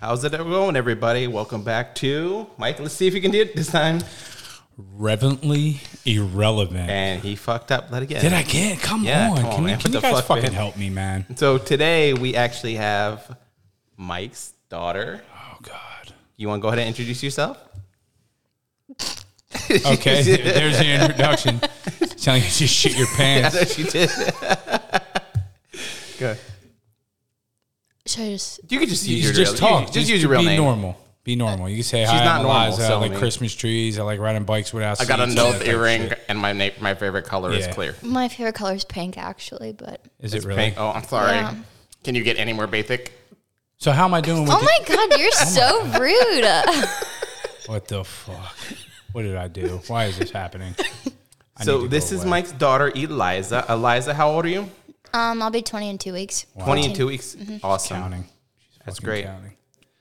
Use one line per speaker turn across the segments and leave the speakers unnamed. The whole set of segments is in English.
How's it going, everybody? Welcome back to Mike. Let's see if you can do it this time.
Reverently irrelevant.
And he fucked up that again.
Did I get? Come
Yeah,
on.
come on,
can you-
man.
can
What the
you guys
fuck,
fucking
man?
help me, man?
So today we actually have Mike's daughter.
Oh God.
You want to go ahead and introduce yourself?
Okay. there's your introduction. Telling you to shit your
I
pants.
know she did. Good.
Should I just?
You could just
You
use your
just
real,
talk.
You, could just use your real
be
name.
normal. Be normal. You can say hi.
not
I'm
normal,
Eliza.
so
I
I
like
mean-
Christmas trees. I like riding bikes without.
I got a
seats, all that
nose
type of
earring,
shit.
and my na- my favorite color
Yeah.
is clear.
My favorite color is pink, actually. But
Is it really?
Pink. Oh, I'm sorry.
Yeah.
Can you get any more basic?
So how am I doing with
oh
the-
my god, you're so rude.
What the fuck? What did I do? Why is this happening? I need
So
to
this
go
is
away.
Mike's daughter, Eliza. Eliza, how old are you?
um, I'll be 20 in two weeks.
Twenty and two weeks. Awesome.
counting. She's
That's
fucking
great.
counting.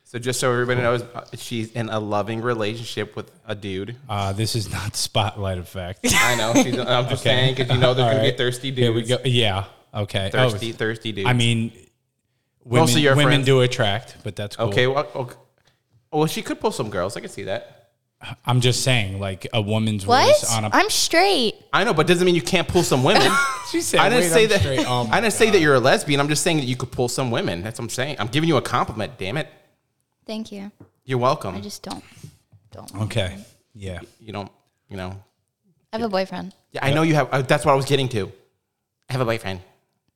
So just so everybody knows, uh, she's in a loving relationship with a dude.
Uh, this is not spotlight effect.
I know. She's, I'm just saying because you know there's
All
gonna be
right.
thirsty dudes.
Here we go. Yeah. Okay. Oh,
Thirsty, thirsty dudes.
I mean, women,
Most of your
women
friends-
do attract, but that's cool.
okay. Well, okay. Well, she could pull some girls. I can see that.
I'm just saying, like a woman's
What?
voice on a.
I'm straight.
I know, but doesn't mean you can't pull some women.
she said,
I didn't
"Wait,
say
I'm
that.
straight." Oh my
I didn't say that you're a lesbian. I'm just saying that you could pull some women. That's what I'm saying. I'm giving you a compliment. Damn it.
Thank you.
You're welcome.
I just don't. Don't.
God. Okay. Yeah.
you don't. You know.
I have a boyfriend.
Yeah, I know you have. Uh, that's what I was getting to. I have a boyfriend.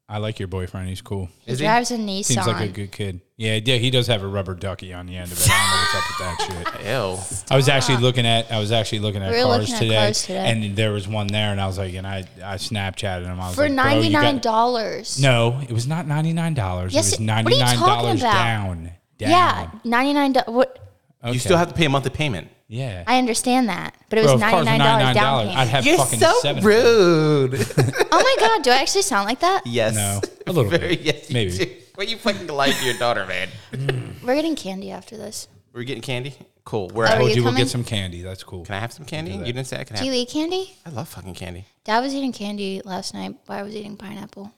I like your boyfriend. He's cool.
He
Is he?
drives a Nissan.
Seems like a good kid. Yeah. Yeah. He does have a rubber ducky on the end of it. I don't know what's up with that shit.
Ew.
I was actually looking at I was actually looking at,
We were
cars,
looking at
today,
cars today.
and there was one there, and I was like, and I I Snapchatted him. I was
For
like, "Bro,
ninety
you got-"
nine dollars.
No, it was not ninety nine dollars.
Yes,
it was
it- what are
ninety
you
nine
talking
dollars
about?
down. down.
Yeah, ninety nine. What?
Okay.
You still have to pay a monthly payment.
yeah.
I understand that, but it
Bro,
was
if
ninety
cars were
nine dollars down
$99, I'd
payment.
have fucking seven.
rude.
oh my god, do I actually sound like that?
yes.
No, a little
Very,
bit.
yes, you
Maybe.
do. What you fucking like to your daughter, man?
We're getting candy after this.
We're getting candy. Cool. We're
Oh,
I
out.
told
you
you we'll
coming?
get some candy. That's cool.
Can I have some candy? You didn't say I can
Do
have.
you eat candy?
I love fucking candy.
Dad was eating candy last night. Why I was eating pineapple?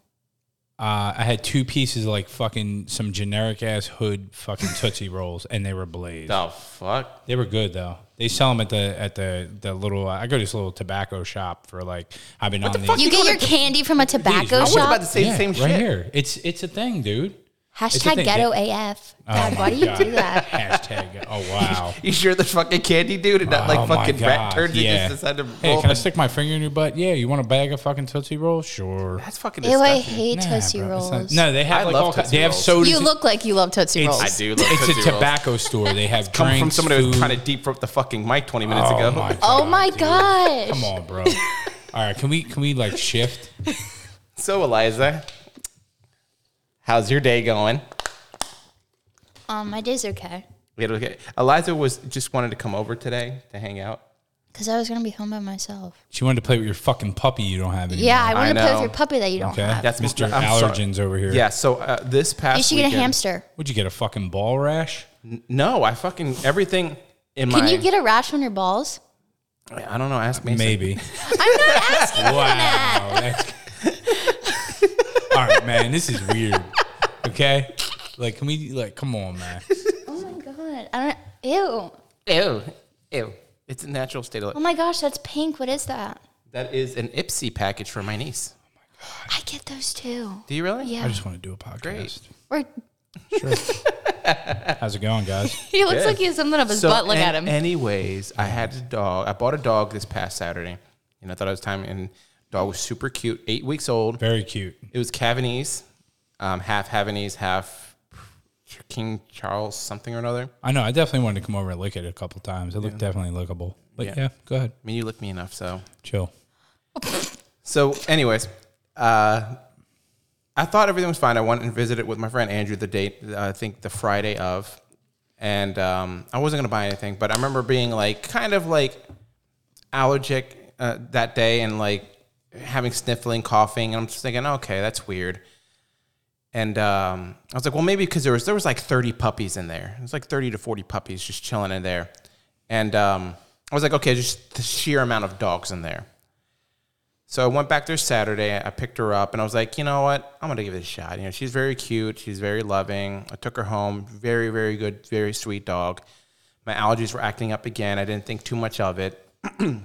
Uh, I had two pieces of like fucking some generic ass hood fucking tootsie rolls, and they were blazed.
The fuck.
They were good though. They sell them at the at the the little. uh, I go to this little tobacco shop for like I've been on
the fuck?
You
You
get
go
your
to-
candy from a
I
tobacco
was
I was about
shop.
to say
Yeah,
the same
right
shit.
here. It's it's a thing, dude. It's a
Hashtag
thing. Oh
ghetto AF. God, why do you
God.
do that?
Hashtag. Oh wow.
You sure the fucking candy dude and not like
Oh, my
fucking rat
God,
turds you
yeah.
just decided to
Hey,
roll
can I
up?
stick my finger in your butt? Yeah, you want a bag of fucking tootsie rolls? Sure.
That's fucking
Ew, I
disgusting.
hate
Nah,
Tootsie
bro, it's not-
Rolls.
No, they have
I
like
love
all
Tootsie
kinds. They have
Rolls.
sodas.
You look like you love Tootsie
It's-
Rolls.
I do love Tootsie
it's a
Rolls.
tobacco store. They have
Come
drinks,
from somebody who was
food.
trying to deep throat the fucking mic 20 minutes
Oh
ago.
my
oh my
dude.
gosh.
Come on, bro. All right, can we can we like shift?
So Eliza, how's your day going?
Um, my day's okay.
We had- okay. Eliza was just wanted to come over today to hang out.
Because I was going to be home by myself.
She wanted to play with your fucking puppy. You don't have any.
Yeah, I want to play
know.
with your puppy that you don't
Mm, Okay.
have.
That's
Mr.
I'm sorry.
Allergens over here.
Yeah. So uh, this past
you should get a
weekend-
hamster.
Would you get a fucking ball rash?
N- No, I fucking everything in
Can
my.
you get a rash on your balls?
I don't know. Ask Mason.
Maybe.
I'm not asking.
wow. that's- All right, man. This is weird. Okay. Like, can we like? Come on, man.
Oh my God. I don't. Ew.
Ew. Ew. It's a natural state of
Oh
life.
my gosh, that's pink. What is that?
That is an Ipsy package for my niece.
I get those too.
Do you really?
Yeah.
I just want to do a podcast.
Or
How's it going, guys?
he looks
Good.
like he has something up his
So,
butt. Look at
an-
him.
Anyways, I had a dog. I bought a dog this past Saturday, and I thought it was time. And dog was super cute, eight weeks old.
Very cute.
It was Cavanese, um, half Havanese, half King Charles something or another.
I know. I definitely wanted to come over and lick it a couple times. It looked definitely lickable. But
Yeah.
yeah. go ahead.
I mean, you licked me enough, so.
Chill.
So, anyways, uh, I thought everything was fine. I went and visited with my friend Andrew the date, uh, I think the Friday of, and um, I wasn't going to buy anything, but I remember being like, kind of like allergic uh, that day and like having sniffling, coughing. And I'm just thinking, okay, that's weird. And um, I was like, well, maybe because there was there was like 30 puppies in there. It was like 30 to 40 puppies just chilling in there. And um, I was like, okay, just the sheer amount of dogs in there. So I went back there Saturday. I picked her up and I was like, you know what? I'm gonna give it a shot. You know, she's very cute. She's very loving. I took her home. Very, very good. Very sweet dog. My allergies were acting up again. I didn't think too much of it.
You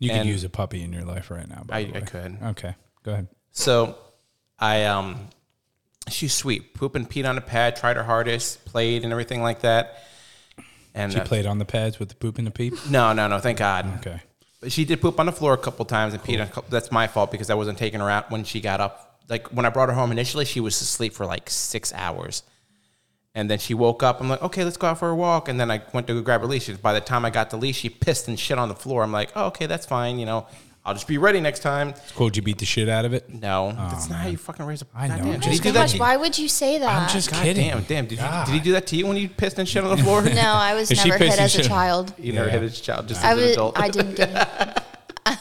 could
And-
use a puppy in your life right now. By
I,
the
I
way.
could.
Okay, go ahead.
So I um she's sweet. Poop and peed on a pad, tried her hardest, played and everything like that. And
She
uh,
played on the pads with the poop and the peep.
no, no, no, thank God.
Okay,
But she did poop on the floor a couple times and peed on a couple that's my fault because I wasn't taking her out when she got up. Like when I brought her home initially, she was asleep for like six hours. And then she woke up. I'm like, okay, let's go out for a walk. And then I went to go grab her leash. By the time I got the leash, she pissed and shit on the floor. I'm like, oh, okay, that's fine. You know, I'll just be ready next time.
it's cool. Did you beat the shit out of it?
No, that's not how you fucking raise a.
Oh, I know.
goddamn-
I'm
Did he
just
do that?
kidding.
Oh Gosh, why would you say that?
I'm just
God
kidding.
damn, damn. Did, you, did he
God.
do that to you when you pissed and shit on the floor?
no, I was
Is she
never hit
pissing
as a
shit?
child.
You never
Yeah.
hit his child just
I
as an
was.
adult.
I didn't get it.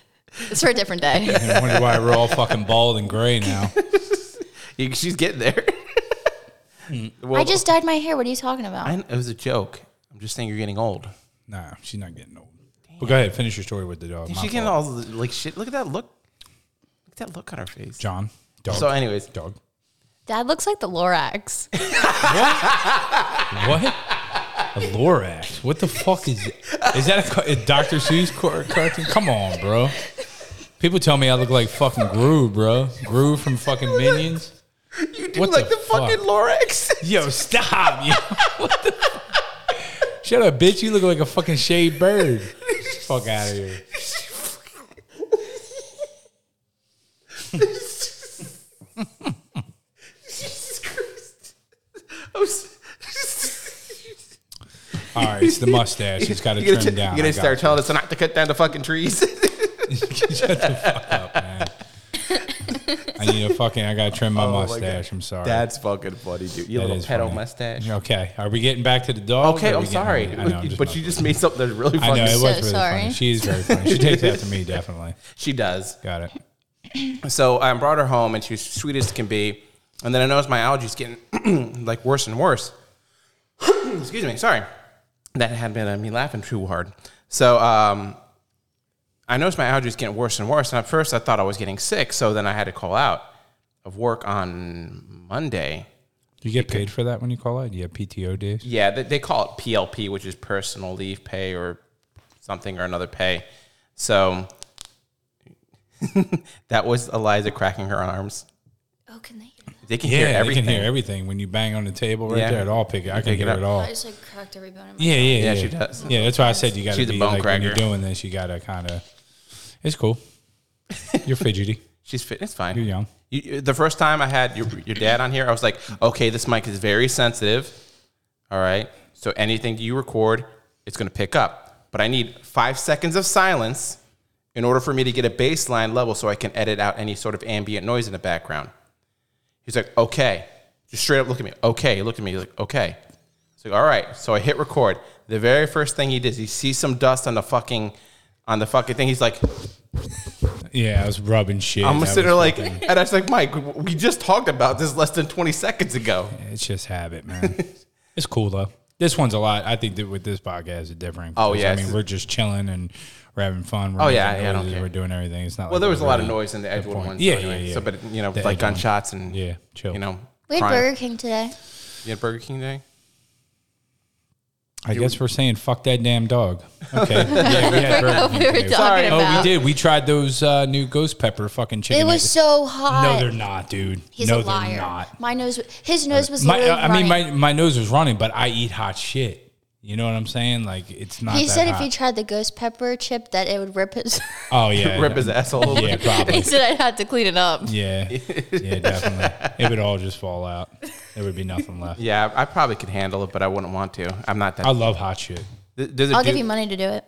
it's for a different day.
I wonder why we're all fucking bald and gray now.
You- She's getting there.
Hmm.
well,
I just dyed my hair. What are you talking about?
I, it was a joke. I'm just saying you're getting old.
Nah, she's not getting old. But go ahead, finish your story with the dog. My
She's getting
fault.
all like shit. Look at that look. Look at that look on her face.
John, dog,
So, anyways,
dog.
Dad looks like the Lorax.
What? A Lorax? What the fuck is? Is that a, ca- a Dr. Seuss car- cartoon? Come on, bro. People tell me I look like fucking Gru, bro. Gru from fucking Minions.
you do
What
like
the
the, fucking
fuck?
Lorax.
Yo, stop! Yo. What the fuck? Shut up, bitch! You look like a fucking shade bird. fuck out of here.
Jesus Christ. I was.
All right, it's the mustache. It's got to
You're gonna,
trim down.
you're gonna
I got
start telling us not to cut down the fucking trees.
up, man. I need a fucking. I gotta trim my
Oh my
mustache. I'm sorry.
That's fucking funny, dude. You
That
little
is
pedo
funny.
mustache.
Okay. Are we getting back to the dog?
Okay,
or are
I'm
we getting-
sorry,
I know, I'm
but you
messing
just made something that's really
with you. I
funny.
know it was
So
really funny.
sorry.
She is very funny. She takes after me, definitely.
She does.
Got it.
So I brought her home, and she was sweet as can be. And then I noticed my allergies getting like worse and worse. Excuse me, sorry. That had been uh, me laughing too hard. So um, I noticed my allergies getting worse and worse. And at first, I thought I was getting sick. So then I had to call out of work on Monday.
Do you get paid for that when you call out? Do you have PTO days?
Yeah, they, they call it PLP, which is personal leave pay or something or another pay. So that was Eliza cracking her arms.
Oh, can they hear that?
They can
Yeah,
hear
they
everything.
can hear everything when you bang on the table right
Yeah.
there. It all pick. I can
it
hear
up.
it all.
I just like cracked every bone in my
Yeah, yeah, yeah.
Yeah, she does.
Yeah, that's why I said you got to
She's a
be
bone
like when you're
cracker.
doing this, you got to kind of. It's cool. You're fidgety.
She's fit. It's fine.
You're young.
You- You, the first time I had your, your dad on here, I was like, okay, this mic is very sensitive. All right. So anything you record, it's going to pick up. But I need five seconds of silence in order for me to get a baseline level so I can edit out any sort of ambient noise in the background. He's like, okay. Just straight up look at me. Okay. He looked at me. He's like, okay. So all right. So I hit record. The very first thing he did, he sees some dust on the fucking, on the fucking thing. He's like,
Yeah, I was rubbing shit.
I'm
That
sitting there
was
like,
fucking-
and I was like, Mike, we just talked about this less than 20 seconds ago.
It's just habit, man. it's cool though. This one's a lot. I think that with this podcast is different.
Oh,
because,
yeah,
I
it's-
mean we're just chilling and we're having fun. We're
Oh, yeah,
making
yeah, I don't
noises,
care.
We're doing everything. It's not.
Well,
like
there
we're
was a lot of
really-
noise in the Edgewood
point.
one.
Yeah,
so anyway,
yeah, yeah.
So, but you know,
The
like
Edgewood one.
gunshots and
Yeah, chill.
you know,
We had
crime.
Burger King today.
You had Burger King Day.
I guess we're saying fuck that damn dog. Okay. yeah, we had Burger King
We were
today.
talking Sorry.
Oh, we
about-
did. We tried those uh, new ghost pepper fucking chicken.
It was
nuggets.
so hot.
no, they're not, dude.
He's
no,
a liar.
they're not.
My nose, his nose was.
My, uh,
literally
I mean,
running.
my, my nose was running, but I eat hot shit. You know what I'm saying? Like it's not.
He
that
said
hot.
if he tried the ghost pepper chip, that it would rip his.
Oh yeah,
Rip his ass a little
Yeah,
bit.
probably.
he said I'd have to clean it up.
Yeah, yeah, definitely. It would all just fall out. There would be nothing left.
Yeah, I probably could handle it, but I wouldn't want to. I'm not that.
I love hot shit.
Th- does it
I'll
do-
give you money to do it.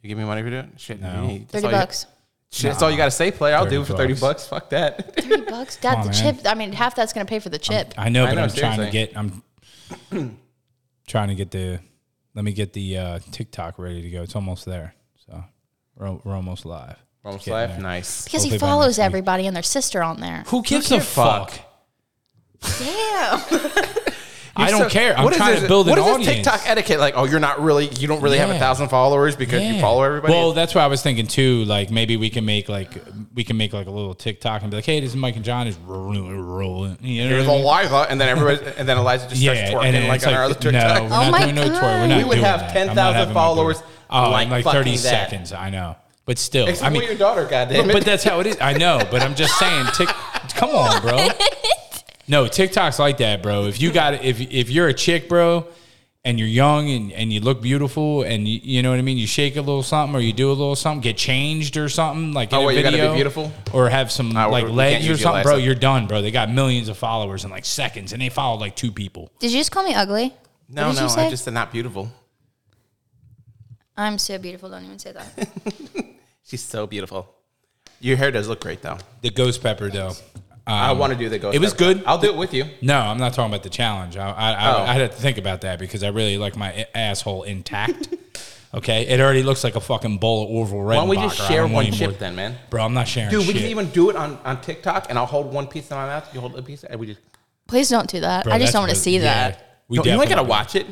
You give me money for doing it? Shit,
No.
you- that's
Thirty
all you-
bucks.
shit, that's all you got to say, player. I'll do it for 30
30
bucks. Fuck that.
Thirty bucks. Dad,
on,
the
man.
chip. I mean, half that's gonna pay for the chip.
I know,
I
but
know,
I'm trying
seriously.
to get. I'm trying to get the. Let me get the uh, TikTok ready to go. It's almost there, so we're, al- we're almost live.
Almost
Getting
life.
there.
Nice.
because he
hopefully by next
follows
week.
everybody and their sister on there.
Who gives
a
a fuck?
fuck?
Damn.
I don't
so-
care. I'm
what is
trying
this-
to build an
what is this
audience.
TikTok etiquette like? Oh, you're not really, you don't really have a
Yeah.
thousand followers because you
Yeah.
follow everybody.
Well, that's what I was thinking too. Like maybe we can make like we can make like a little TikTok and be like, hey, this is Mike and John is rolling, rolling. You know
Here's
what I mean?
Eliza, and then everybody, and then Elijah just
Yeah,
starts twerking
and then
like
it's
on our other
like,
TikTok.
no, we're
Oh
not
my
doing no
God.
twerk. We're not
We would
doing
have
that.
10,000
I'm not having my
followers
daughter- Oh,
like
in like 30
fucking that.
seconds. I know, but still,
Except
I mean,
for your daughter, goddamn it.
but that's how it is. I know, but I'm just saying. Tick, come on, bro. No, TikTok's like that, bro. If you got if if you're a chick, bro, and you're young and, and you look beautiful and you, you know what I mean, you shake a little something or you do a little something, get changed or something like in
Oh,
a
wait, you
video,
gotta be beautiful?
or have some
Oh,
like
we can't
legs or
use your
something, bro.
license.
You're done, bro. They got millions of followers in like seconds, and they followed like two people.
Did you just call me ugly?
no,
What did
no,
you say?
I just said not beautiful.
I'm so beautiful. Don't even say that.
She's so beautiful. Your hair does look great, though.
The ghost pepper, though.
I want to do the ghost.
Um, it was
pepper.
good.
I'll do it with you.
No, I'm not talking about the challenge. I I,
Oh.
I, I had to think about that because I really like my a- asshole intact. okay, it already looks like a fucking bowl of Orville
Why
Red.
don't we just share one chip then, man?
Bro, I'm not sharing.
Dude, we
shit.
can even do it on, on TikTok, and I'll hold one piece in my mouth. You hold a piece, and we just.
Please don't do that.
Bro,
I just
that's
don't want to
really-
see
yeah.
that.
We
No, you ain't gotta
definitely-
watch it.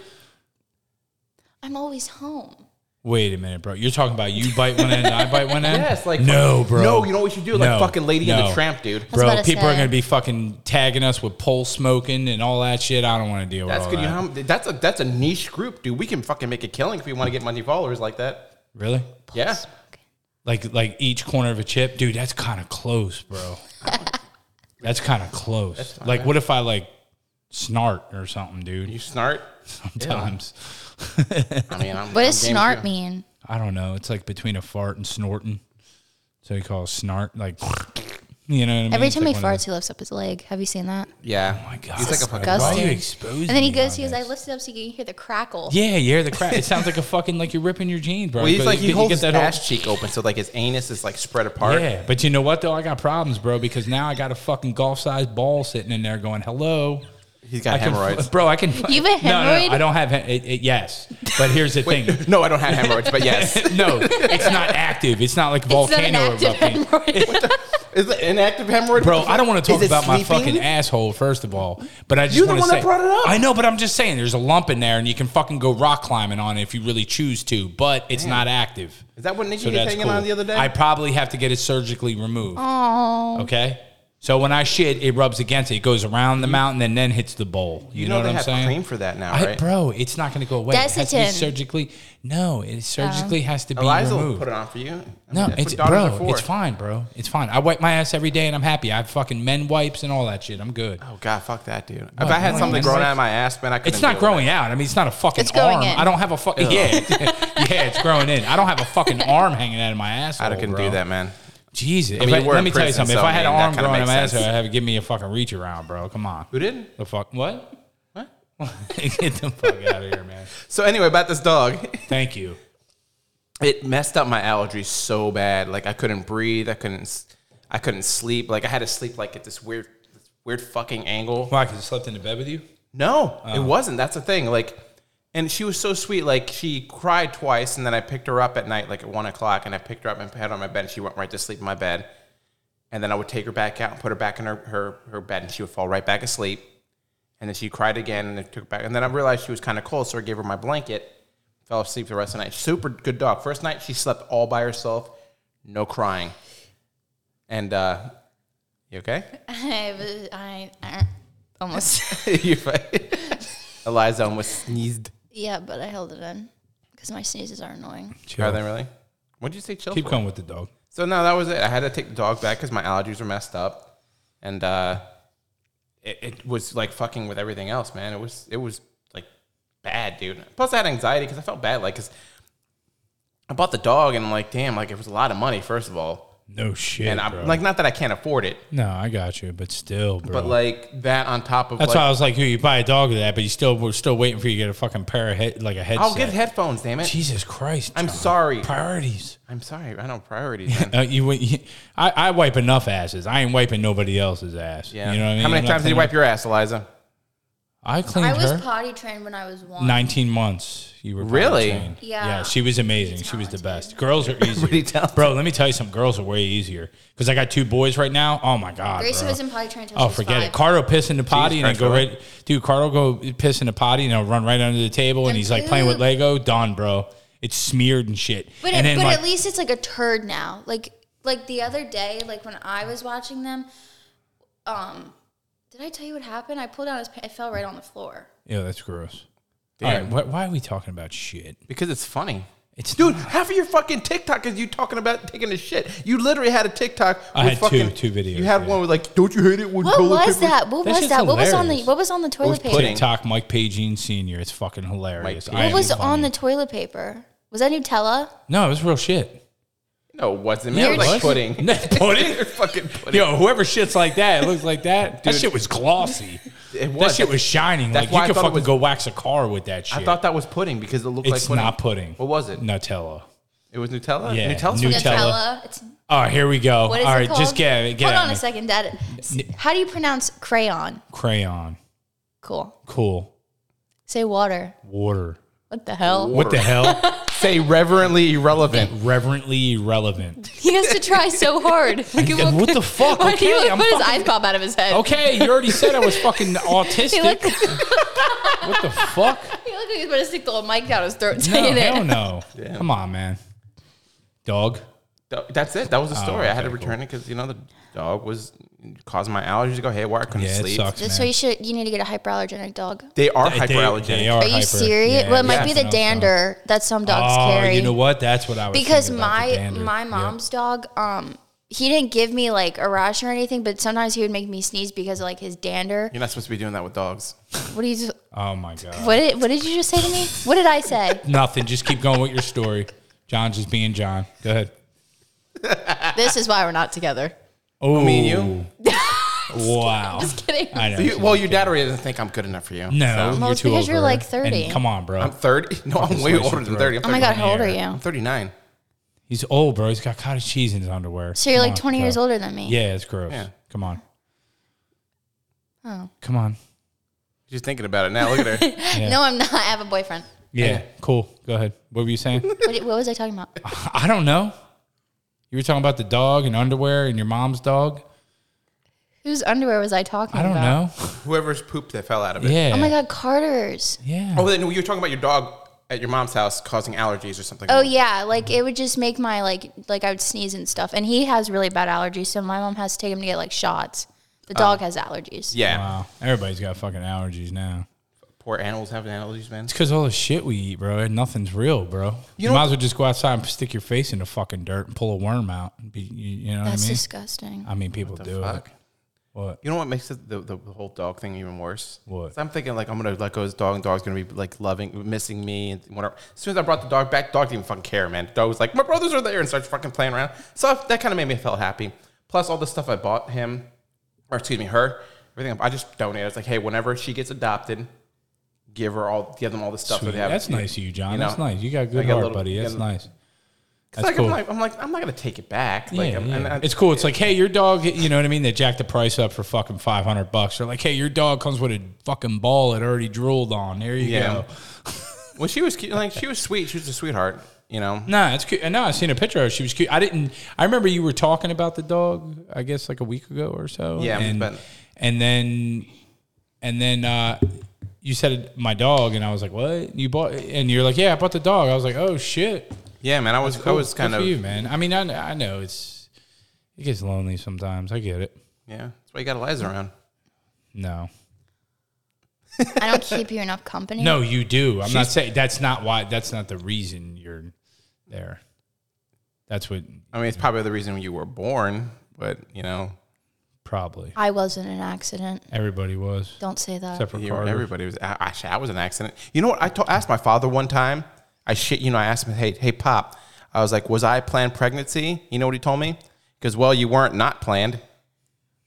I'm always home.
Wait a minute, bro. You're talking about you bite one end, I bite one end.
Yes, like
no, bro.
No, you know what you should do? Like
No,
fucking Lady and the
no.
Tramp, dude.
was
Bro,
about to
people are
say.
gonna be fucking tagging us with pole smoking and all that shit. I don't want to deal
That's
with
good.
all
You know,
that.
how- that's a that's a niche group, dude. We can fucking make a killing if we want to get money followers like that.
really?
Yeah.
Like like each corner of a chip, dude. That's kind of close, bro. that's kind of close.
fine,
Like, what if I like snart or something, dude?
You snart.
Sometimes
I mean, I'm,
What
I'm
does
game
snart
too.
mean?
I don't know. It's like between a fart and snorting. So you call it snart, like you know. What I mean?
Every
It's
time
like
he
one of
farts, he lifts up his leg. Have you seen that?
Yeah.
the- Oh my god,
He's like a fucking
disgusting.
Why are you exposing?
And then he
me
goes,
on
he goes, I
this?
lift it up so you can hear the crackle.
Yeah, yeah, the crap. It sounds like a fucking like you're ripping your jeans, bro.
Well, he's
But
like
you
he
get- you
holds
get
his
that whole-
ass cheek open, so like his anus is like spread apart.
Yeah, but you know what though? I got problems, bro, because now I got a fucking golf sized ball sitting in there going, "Hello."
He's got
I can,
hemorrhoids.
bro. I can.
You have
No,
a
no,
hemorrhoid?
I don't have. he- It, it, yes, but here's the thing.
no, I don't have hemorrhoids, but yes.
no, it's not active. It's not like
It's not an
volcano
active
erupting.
hemorrhoid.
Is it inactive hemorrhoid?
Bro, I don't want to talk
Is it
about my
sleeping?
fucking asshole, first of all. But I just
You're the
want to
one that
say,
brought it up.
I know, but I'm just saying, there's a lump in there, and you can fucking go rock climbing on it if you really choose to. But it's not active.
Is that what Nikki
So
was
that's
hanging
cool.
on the other day?
I probably have to get it surgically removed. Okay. So when I shit, it rubs against it. It goes around the mountain and then hits the bowl. You,
you
know,
know, they
what I'm
have
saying?
cream for that now,
I-
right?
bro, it's not going to go away. It has to be
Desitin. Oh.
surgically. No, it surgically has to be
Eliza will
removed.
put it on for you. I mean,
No,
that's what
it's
daughters are
bro,
for.
it's fine, bro. It's fine. I wipe my ass every day and I'm happy. I have fucking men wipes and all that shit. I'm good.
Oh god, fuck that, dude. If I had
no,
something
it's
growing
like-
out of my ass, man, I couldn't.
It's not
deal with
growing out. I mean, it's not a fucking
It's growing
arm.
in.
I don't have a fucking yeah, yeah. It's growing in. I don't have a fucking arm hanging out of my ass.
it. I couldn't
bro.
do that, man.
Jesus, if
mean,
I-
you were
let
in
me tell you
prison,
something. if
so,
I had
I
an
mean, that
arm
kinda
growing in my
makes
ass,
sense.
I'd have to give me a fucking reach around, bro. Come on.
Who did?
The fuck? What?
What?
Get the fuck out of here, man.
So anyway, about this dog,
Thank you.
it messed up my allergies so bad. Like I couldn't breathe. I couldn't. s- I couldn't sleep. Like I had to sleep like at this weird, this weird fucking angle.
Why? Because I slept in the bed with you.
No, it wasn't. That's the thing. Like, and she was so sweet. Like, she cried twice, and then I picked her up at night, like at one o'clock, and I picked her up and put her on my bed, and she went right to sleep in my bed. And then I would take her back out and put her back in her, her, her bed, and she would fall right back asleep. And then she cried again, and I took her back. And then I realized she was kind of cold, so I gave her my blanket, fell asleep the rest of the night. Super good dog. First night, she slept all by herself, no crying. And, uh, you okay?
I, was- I, I almost.
you fine? Eliza almost sneezed.
yeah, but I held it in because my sneezes are annoying.
Are they really? What did you say? Chill.
Keep
for?
going with the dog.
So no, that was it. I had to take the dog back because my allergies were messed up, and uh, it, it was like fucking with everything else, man. It was it was like bad, dude. Plus, I had anxiety because I felt bad, like because I bought the dog and I'm like, damn, like it was a lot of money, first of all,
No shit.
and I'm
bro.
like, not that I can't afford it,
no, I got you, but still, bro.
but like that on top of
That's
like,
why I was like, "Who you buy a dog with that?" But you still we're still waiting for you to get a fucking pair of head like a headset.
I'll get headphones, damn it.
Jesus Christ!
I'm
John.
sorry.
Priorities.
I'm sorry, I don't priorities. Man.
Uh, you, you- I, I wipe enough asses. I ain't wiping nobody else's ass.
Yeah.
You know what I mean?
How many
I'm not
times did you
saying-
wipe your ass, Eliza?
I cleaned
I was
her.
potty trained when I was one.
19 months. You were probably
Really?
trained.
Yeah.
Yeah, she was amazing. She was the best. Girls are
Pretty
easier.
talented.
bro, let me tell you something. Girls are way easier because I got two boys right now. Oh my god.
Gracie
bro.
was in potty trained until
Oh,
she was
forget it.
five.
Carter piss in the potty and then
Christ,
go
really?
right. Dude, Carter will go piss in the potty and he'll run right under the table and
And
he's like playing with
poop.
Lego. Done, bro. It's smeared and shit.
But
and
it, but
like,
at least it's like a turd now. Like like the other day, like when I was watching them, um, did I tell you what happened? I pulled down his pants. I fell right on the floor.
yeah, that's gross. All
Damn.
right, wh- why are we talking about shit?
Because it's funny.
It's
Dude, half of your fucking TikTok is you talking about taking a shit. You literally had a TikTok.
I
with
had
fucking,
two- two videos,
You had
yeah.
one with like, don't you hate it when
What
toilet
was
paper-
that? What
That
was
shit's
that? What was on the
hilarious.
what was on the
was
toilet
pudding.
paper?
TikTok, Mike Pagine Senior. It's fucking hilarious.
Mike
I
What
am
was on
funny.
the toilet paper? Was that Nutella?
No, it was real shit.
No, it wasn't. Man,
Yeah,
it
it
was like
was.
pudding.
No, pudding?
It was fucking pudding.
Yo, whoever shits like that, it looks like that. That shit was glossy.
It
That
was.
shit was shining.
That's
Like
why I
you could
thought it
fucking
was-
go wax a car with that shit.
I thought that was pudding because it looked
it's
like pudding.
not pudding.
What was it?
Nutella.
It was Nutella.
Yeah,
Nutella's
Nutella.
fucking-
It's
Oh, here we go.
what is
All
it
right,
called?
just get it. Get
Hold
at
on
me.
a second, Dad. S- How do you pronounce crayon?
Crayon.
Cool.
Cool.
Say water.
Water.
What the hell?
What the hell?
Say reverently irrelevant.
Reverently irrelevant.
He has to try so hard. Like,
And what the fuck?
Why do
Okay,
you
I'm
put his
fucking-
eyes pop out of his head?
okay, you already said I was fucking
He
autistic.
looked, he looked
What the fuck?
like he was going to stick the little mic down his throat
No,
saying
hell
it.
no. Come on, man. Dog.
Th- That's it. That was the story. I had to
Oh, okay,
return it because you know the dog was causing my allergies to go haywire. I couldn't
Yeah, it
sleep.
sucks,
That's
man.
why you should. You need to get a hyperallergenic dog.
They are
They- they-
hyperallergenic.
they are
Are you
hyper.
serious?
Yeah,
well, it might
yeah.
be the
No,
dander that some dogs
Oh,
carry.
you know what? That's what I was
because
thinking about, the
my
dander.
my
Yep.
mom's dog, um, he didn't give me like a rash or anything, but sometimes he would make me sneeze because of like his dander.
You're not supposed to be doing that with dogs.
What do you? just-
Oh my god.
What did What did you just say to me? What did I say?
Nothing. Just keep going with your story. John's just being John. Go ahead.
this is why we're not together.
Oh,
Me and
Wow.
Just kidding.
I know.
you. you well, your dad already doesn't think I'm good enough for you.
no,
So-
Well,
you're
it's
too
because
over
you're
it.
like 30.
And come on, bro.
I'm 30. No, I'm way
slice your
older than
throat.
30. I'm
Oh my god, how old are
Yeah.
I'm
you?
39.
He's old, bro. He's got cottage cheese in his underwear.
So you're
Come
like
on,
20 years
bro.
older than me.
Oh, Yeah, it's gross.
Yeah.
Come on.
Oh.
Come on.
She's thinking about it now. Look at her.
No, I'm not. I have a boyfriend.
Yeah. Cool. Go ahead. What were you saying?
What, what was I talking about?
I don't know. You were talking about the dog and underwear and your mom's dog.
Whose underwear was I talking
I don't
about?
know.
Whoever's poop that fell out of it.
Yeah.
Oh my god, Carter's.
Yeah.
Oh, then you were talking about your dog at your mom's house causing allergies or something.
Oh yeah, like it would just make my like like I would sneeze and stuff. And he has really bad allergies, so my mom has to take him to get like shots. The
Oh.
dog has allergies.
Yeah.
Wow. Everybody's got fucking allergies now.
Poor animals having allergies, man.
It's because all the shit we eat, bro, and nothing's real, bro. You,
know-
might as well just go outside and stick your face in the fucking dirt and pull a worm out. And be, you, you know
That's
what I mean?
disgusting.
I mean, people do
Fuck.
it. What?
You know what makes the, the, the whole dog thing even worse?
What?
So I'm thinking like I'm gonna let go of this dog, and dog's gonna be like loving, missing me, and whatever. As soon as I brought the dog back, dog didn't even fucking care, man. The dog was like, my brothers are there, and starts fucking playing around. So that kind of made me feel happy. Plus all the stuff I bought him, or excuse me, her, everything I just donated. I was like, hey, whenever she gets adopted, give her all, give them all the stuff
Sweet.
that they have.
That's nice of you, John.
you
that's
know,
nice. You got a
I
good
got a
heart,
little-
buddy.
got
That's
a-
nice.
It's like,
That's cool.
I'm like, I'm like, I'm not gonna take it back. Like,
yeah,
I'm,
yeah.
and I-
it's cool. It's like, hey, your dog. You know what I mean? They jack the price up for fucking five hundred bucks. They're like, hey, your dog comes with a fucking ball it already drooled on. There you
Yeah.
go.
Well, she was cute. Like she was sweet. She was a sweetheart. You know.
Nah, it's cute. No, I seen a picture of her. She was cute. I didn't. I remember you were talking about the dog. I guess like a week ago or so.
Yeah,
and,
but-
and then, and then uh, you said my dog, and I was like, "What you bought?" And you're like, "Yeah, I bought the dog." I was like, "Oh shit!"
Yeah, man. I was I was
Good
kind
for
of
you, man. I mean, I, I know it's it gets lonely sometimes. I get it.
yeah. That's why you got Eliza around.
No,
I don't keep you enough company.
no, you do. I'm not saying that's not why. That's not the reason you're there. That's what
I mean, it's probably the reason you were born, but you know,
probably
I wasn't an accident.
everybody was.
Don't say that.
Except for
you were,
Carter.
everybody was. I- Actually, I was an accident. You know what? I to- asked my father one time. I shit. You know, I asked him, "Hey, hey, pop." I was like, "Was I planned pregnancy?" You know what he told me? Because well, you weren't not planned.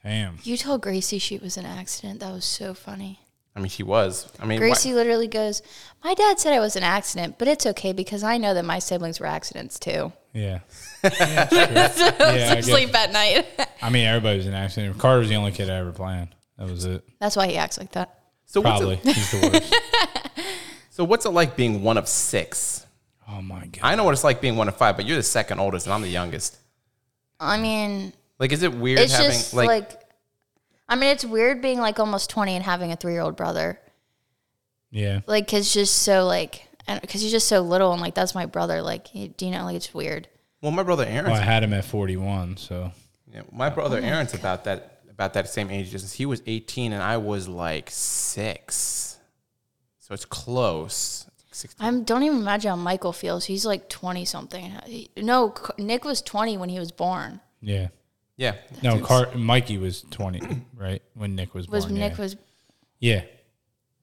Damn.
You told Gracie she was an accident. That was so funny.
I mean, she was. I mean, why-
Gracie literally goes, My dad said I was an accident, but it's okay because I know that my siblings were accidents too.
Yeah.
so
I guess.
sleep at night.
I mean, everybody was an accident. Carter's the only kid I ever planned. That was it.
That's why he acts like that.
So
Probably.
what's it,
He's the worst.
so what's it like being one of six?
Oh my god.
I know what it's like being one of five, but you're the second oldest and I'm the youngest.
I mean,
Like, is it weird
it's
having
just
like,
like, I mean, it's weird being like almost 20 and having a three year old brother.
Yeah.
Like, it's just so like, because he's just so little and like, that's my brother. Like, he- do you know, like, it's weird.
well, my brother
Well,
Aaron's
I had him at 41, so
Yeah, my brother Aaron's about that about that same age as he was 18 and I was like 6. So it's close. 16.
I don't even imagine how Michael feels. He's like 20 something. He- No, C- Nick was 20 when he was born.
yeah.
Yeah.
No, Car- Mikey was 20, right? When Nick was born.
Was Nick
yeah.
was,
yeah.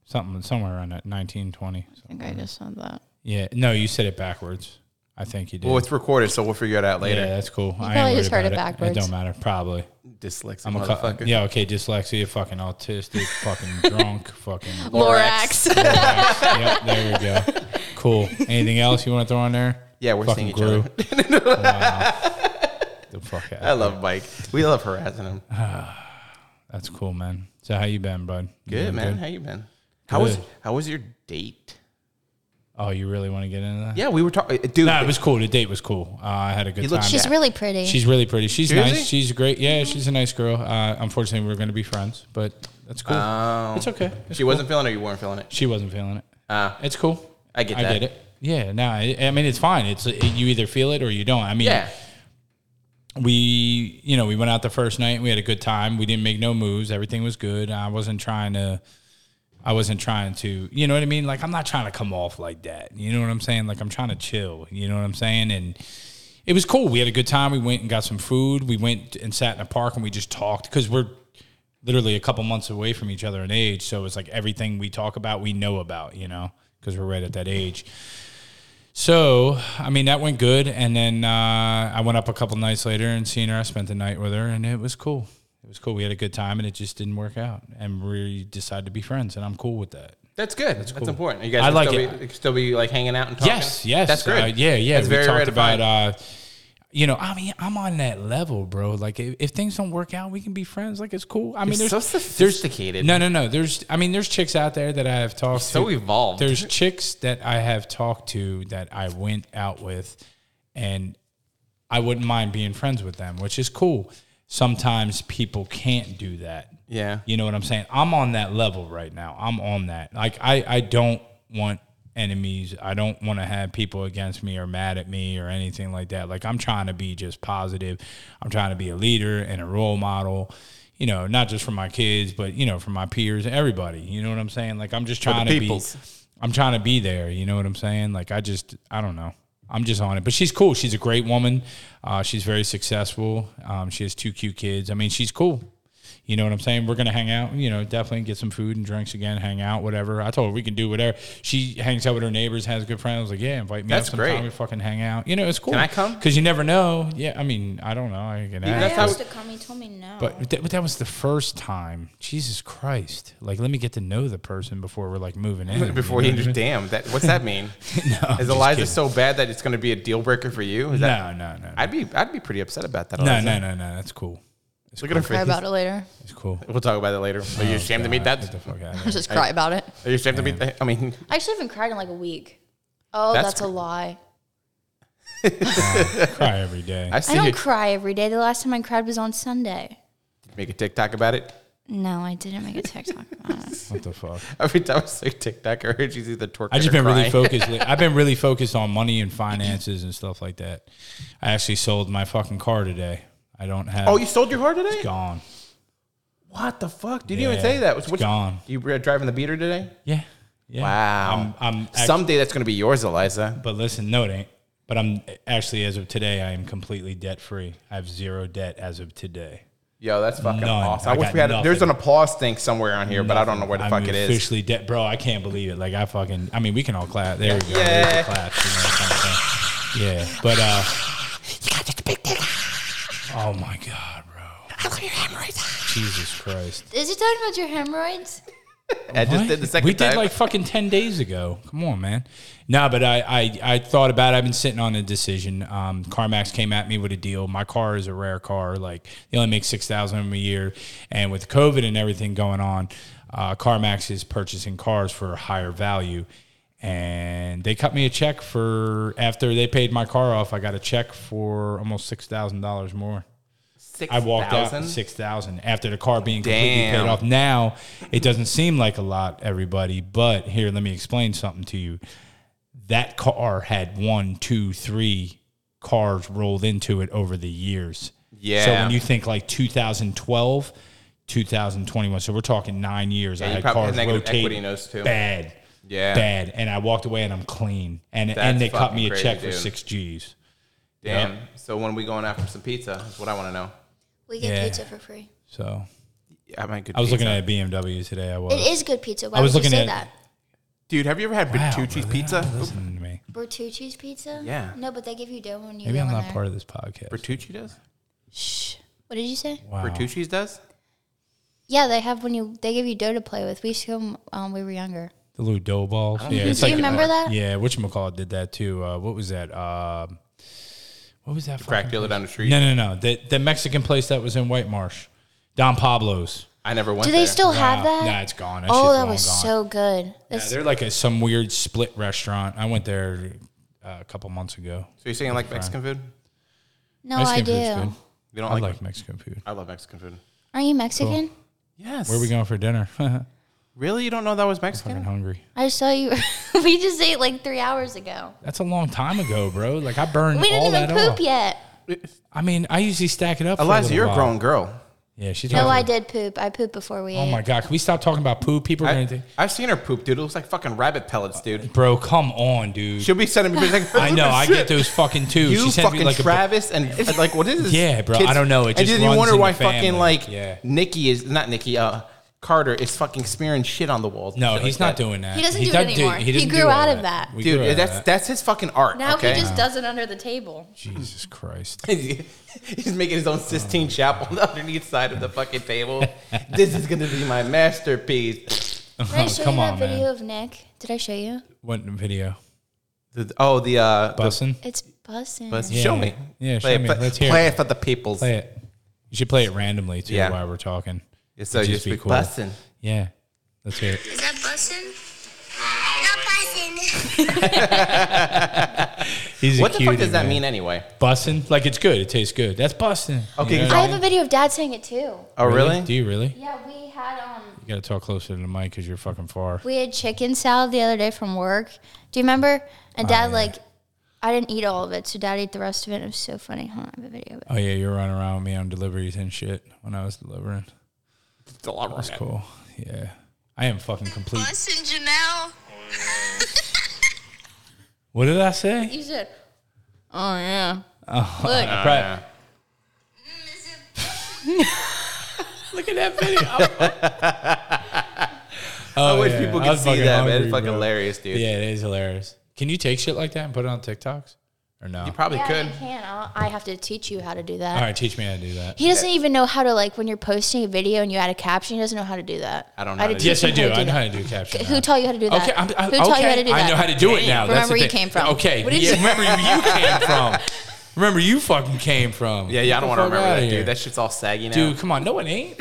Something somewhere around that 19, 20.
I think I just said that.
Yeah. No, you said it backwards. I think you did.
Well, it's recorded, so we'll figure it out
yeah,
later.
that's cool. I ain't
probably
worried
just heard
about
it backwards.
It don't matter. Probably.
Dyslexic
I'm a cu-
motherfucker.
yeah. Okay. Dyslexia. Fucking autistic. fucking drunk. Fucking.
Lorax.
Lorax.
yep. There we go. Cool. Anything else you want to throw in there?
Yeah, we're
fucking
seeing each
grew.
other.
The fuck out.
I love Mike. We love harassing him.
That's cool, man. So how you been, bud? You
Good
been
man. How you been? How was
Good.
how was your date?
Oh, you really want to get into that?
Yeah, we were talking, dude.
No, it was cool. The date was cool. Uh, I had a good
He
time.
looks-
She's
Yeah.
really pretty.
She's really pretty. She's
Seriously?
nice. She's great. Yeah, she's a nice girl. Uh, unfortunately, we're going to be friends, but that's cool.
um,
it's okay. It's
she
cool.
wasn't feeling it. Or you weren't feeling it.
She wasn't feeling it.
Ah.
it's cool.
I get
I
that.
get it. Yeah. No, I, I mean it's fine. It's you either feel it or you don't. I mean,
Yeah.
we you know we went out the first night we had a good time we didn't make no moves everything was good i wasn't trying to i wasn't trying to you know what i mean like i'm not trying to come off like that you know what i'm saying like i'm trying to chill you know what i'm saying and it was cool we had a good time we went and got some food we went and sat in a park and we just talked because we're literally a couple months away from each other in age so it's like everything we talk about we know about you know because we're right at that age so, I mean, that went good. And then uh, I went up a couple nights later and seen her. I spent the night with her, and it was cool. It was cool. We had a good time, and it just didn't work out. And we decided to be friends, and I'm cool with that.
That's good. That's,
cool.
important. You guys
I
can
like
still
it.
Be, still be like hanging out and talking.
Yes, yes.
That's
Uh,
great.
yeah, yeah.
That's
we
very
talked
rare to
about,
find.
uh, you know, I mean, I'm on that level, bro. Like, if, if things don't work out, we can be friends. Like, it's cool. I mean,
You're
there's
so sophisticated.
There's, no, no, no. There's, I mean, there's chicks out there that I have talked
so
to.
evolved.
There's chicks that I have talked to that I went out with, and I wouldn't mind being friends with them, which is cool. Sometimes people can't do that.
Yeah.
You know what I'm saying? I'm on that level right now. I'm on that. Like I, I don't want enemies. I don't want to have people against me or mad at me or anything like that. Like I'm trying to be just positive. I'm trying to be a leader and a role model. You know, not just for my kids, but you know, for my peers and everybody. You know what I'm saying? Like I'm just trying to be
peoples.
I'm trying to be there. You know what I'm saying? Like I just, I don't know. I'm just on it. But she's cool. She's a great woman. Uh, she's very successful. Um, she has two cute kids. I mean, she's cool. You know what I'm saying? We're gonna hang out. You know, definitely get some food and drinks again. Hang out, whatever. I told her we can do whatever. She hangs out with her neighbors, has good friends. I was like, yeah, invite me.
That's
out sometime.
great.
We fucking hang out. You know, it's cool.
Can I come?
Because you never know. Yeah, I mean, I don't know. I can ask.
That's
I
how-
asked to come. He told me no.
But that, but that was the first time. Jesus Christ! Like, let me get to know the person before we're like moving in.
Before
you
you
know what I mean?
damn that, what's that mean?
No,
Is
I'm just
Eliza
kidding.
so bad that it's going to be a deal breaker for you? Is that,
no, no, no,
I'd be I'd be pretty upset about that.
no,
Eliza.
no, no, no. That's cool. It's
Look
cool.
at her
cry
face.
about it later.
It's cool.
We'll talk about it later. Are you ashamed to meet
Oh, God,
that?
Get the fuck out of
Just cry about it.
Are you ashamed to meet that? I mean,
I actually haven't cried in like a week. Oh,
That's
that's, a
cr-
lie.
here. Cry every day.
I
I
see you
don't cry every day. The last time I cried was on Sunday.
make a TikTok about it.
No, I didn't make a TikTok Uh, about it.
What the fuck?
Every time I say TikTok, I heard you see the torque.
I just
cutter
been really
crying.
focused. I've been really focused on money and finances and stuff like that. I actually sold my fucking car today. I don't have.
Oh, you sold your car today?
gone.
What the fuck? Did you
Yeah,
even say that? Was
it's gone.
You were driving the beater today?
Yeah. Yeah.
Wow.
I'm. I'm act-
Someday that's going to be yours, Eliza.
But listen, no, it ain't. But I'm actually, as of today, I am completely debt free. I have zero debt as of today.
Yo, that's fucking
None.
awesome. I,
I
wish
got
we had. There's
nothing.
an applause thing somewhere on here, but I don't know where the
I'm
fuck it is.
Officially debt, bro. I can't believe it. Like I fucking. I mean, we can all clap. There we go. There's
Yeah.
the clap, you know what I'm saying? Yeah. But uh. Oh my god, bro. Jesus Christ.
Is he talking about your hemorrhoids?
I just
What?
did the second
we
time.
did like fucking 10 days ago come on man no but I, I i thought about it i've been sitting on a decision um carmax came at me with a deal my car is a rare car like they only make 6000 of them a year and with covid and everything going on uh, CarMax is purchasing cars for a higher value. And they cut me a check for after they paid my car off. I got a check for almost six thousand dollars more.
Six
I walked out
thousand?
six thousand after the car being completely
Damn.
paid off. Now it doesn't seem like a lot, everybody, but here let me explain something to you. That car had one, two, three cars rolled into it over the years. So
Yeah.
when you think like 2012, 2021, so we're talking nine years. I
you
had
probably had
cars
negative
rotate
equity in those, too.
bad,
Yeah.
bad, and I walked away and I'm clean, and
That's
and they cut
fucking
me a
crazy,
check for
dude.
six G's.
Damn. So when are we going out for some pizza? That's what I want to know.
We get
Yeah.
pizza for free.
So
Yeah, I mean, good
I was looking at a BMW today. I was.
It is good pizza. Why
I was
would you
looking
say
at-
that?
Dude, have you ever had
Wow,
Bertucci's
bro, they're not
pizza?
Listening to me.
Bertucci's pizza?
Yeah.
No, but they give you dough when you
Maybe
go
I'm
in
not
there.
part of this podcast.
Bertucci does?
Shh. What did you say?
Wow.
Bertucci's does?
Yeah, they have when you they give you dough to play with. We used to go when um, we were younger.
The little dough balls. Yeah, uh,
Do you remember that?
Yeah, whatchamacallit did that too. Uh, what was that? Um, what was that?
Crack
fucking
dealer down the street.
No, no, no. The the Mexican place that was in White Marsh, Don Pablo's.
I never went
Do they
there.
still have that?
Nah, it's gone. That
oh,
shit's
that
long
was
gone.
so good.
Yeah,
That's-
they're like a, some weird split restaurant. I went there uh, a couple months ago.
So you're saying like Mexican food?
no, Oh, I
Mexican
do.
food's good.
You don't
I
like,
like Mexican food.
I love Mexican food.
Are you Mexican?
Yes.
Where are we going for dinner? Fucking
Really? You don't know that was Mexican?
hungry.
I saw you. we just ate like three hours ago.
That's a long time ago, bro. Like I burned
We
all
didn't even
that
poop
off.
yet.
I mean, I usually stack it up. for a
Eliza,
little
you're a
while.
grown girl.
Yeah, she's
No,
not-
I did poop. I pooped before we
Oh
ate.
my god, can we stop talking about poop? People are gonna
I,
think,
I've seen her poop, dude. It looks like fucking rabbit pellets, dude.
bro, come on, dude.
She'll be sending me pictures like,
Uh, I know, I get those fucking too.
You
she sent
fucking
me like a
Travis and and, like what is this?
Yeah, bro, I don't know. It
and
just
then you
runs
wonder
in
why
the
fucking
family.
like
Yeah.
Nikki is not Nikki. Uh, Carter is fucking smearing shit on the walls. and
No,
shit
he's
like
not
that.
doing that.
He doesn't do it
doesn't
anymore. He
doesn't
grew
do all
out of that.
We grew out
Dude,
of
that's
that.
that's his fucking art.
Now
okay?
he just does it under the table.
Jesus Christ.
He's making his own
Oh,
Sistine Chapel on the underneath side of the fucking table. this is gonna be my masterpiece.
Did I show
come
you that
on, man.
video of Nick? Did I show you?
What video?
The- oh, the uh, the-
Bussin?
It's bussin'.
let's-
Yeah.
show me.
Yeah,
play
show
it,
me.
Play,
Let's hear
play
it.
it for the peoples.
Play it. You should play it randomly too
Yeah.
while we're talking.
So
It'd
you
just be
speak
cool.
bussin'.
Yeah. Let's hear it.
Is that bussin'? Not bussin'.
He's a
What the fuck
cutie,
does that
man.
mean anyway?
Bussin? Like it's good. It tastes good. That's bussin.
Okay,
You know?
good.
I have a video of Dad saying it too.
Oh, really?
Do you really?
Yeah, we had um
You gotta talk closer to the mic because you're fucking far.
we had chicken salad the other day from work. Do you remember? And Dad
Oh, yeah.
like I didn't eat all of it, so Dad ate the rest of it. It was so funny. Hold on, I have a video of it.
Oh yeah, you were running around with me on deliveries and shit when I was delivering.
That's
That's cool. Yeah. I am fucking complete.
Bussin', Janelle.
What did I say?
You said, "Oh yeah."
Oh,
Right.
Mm, is it
Look at that video. oh,
I wish
yeah.
people
I
could
was
see that, man.
hungry,
It's fucking
bro.
hilarious, dude.
Yeah, it is hilarious. Can you take shit like that and put it on TikToks? Or no?
You probably
yeah,
could.
you can. I'll, I have to teach you how to do that.
All right, teach me how to do that.
He doesn't even know how to like when you're posting a video and you add a caption. He doesn't know how to do that.
I don't know
had
how
to
to do
Yes,
teach
I
him
do.
how to
I know
that.
how to do caption.
Who taught you how to do that?
Okay, I'm, I,
Who taught
okay,
you how to do that?
I know how to do it now. That's
Remember
the
you
thing.
came from.
Okay,
What did
yeah,
you-
remember you came from. Remember you fucking came from.
Yeah, yeah, I
Get
don't want
the
to
fuck
remember
outta
that,
here.
dude. That shit's all saggy now.
dude, come on, no, it ain't.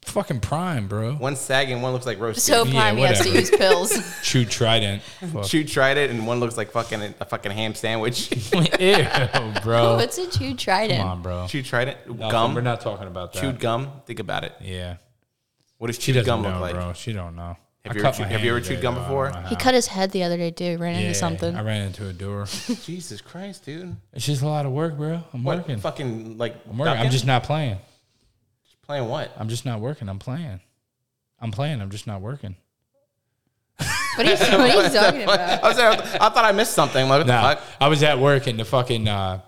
It's fucking prime, bro.
One sagging, one looks like roast.
So
Yeah,
prime, he has to
whatever.
use pills.
Chew Trident. Fuck.
Chew tried it, and one looks like fucking a fucking ham sandwich.
Ew,
Oh,
bro.
it's a chew trident.
Come on, bro.
Chew tried it,
Nothing.
gum,
We're not talking about that.
chewed gum. Think about it.
Yeah.
What does
She
chewed gum
doesn't know,
look like?
bro. She don't know.
Have
I
you ever
cut my
chewed- have
hand
you ever
today,
chewed gum
though. I
before?
don't know
He
how.
cut his head the other day too. Ran into something.
I ran into a door.
Jesus Christ, dude!
It's just a lot of work, bro. I'm
What
working.
fucking like?
I'm working. I'm just not playing.
playing what?
I'm just not working. I'm playing. I'm playing. I'm just not working.
What are you, what are you talking about?
I was there, I thought I missed something. Like, what
No,
the fuck?
I was at work and the fucking uh,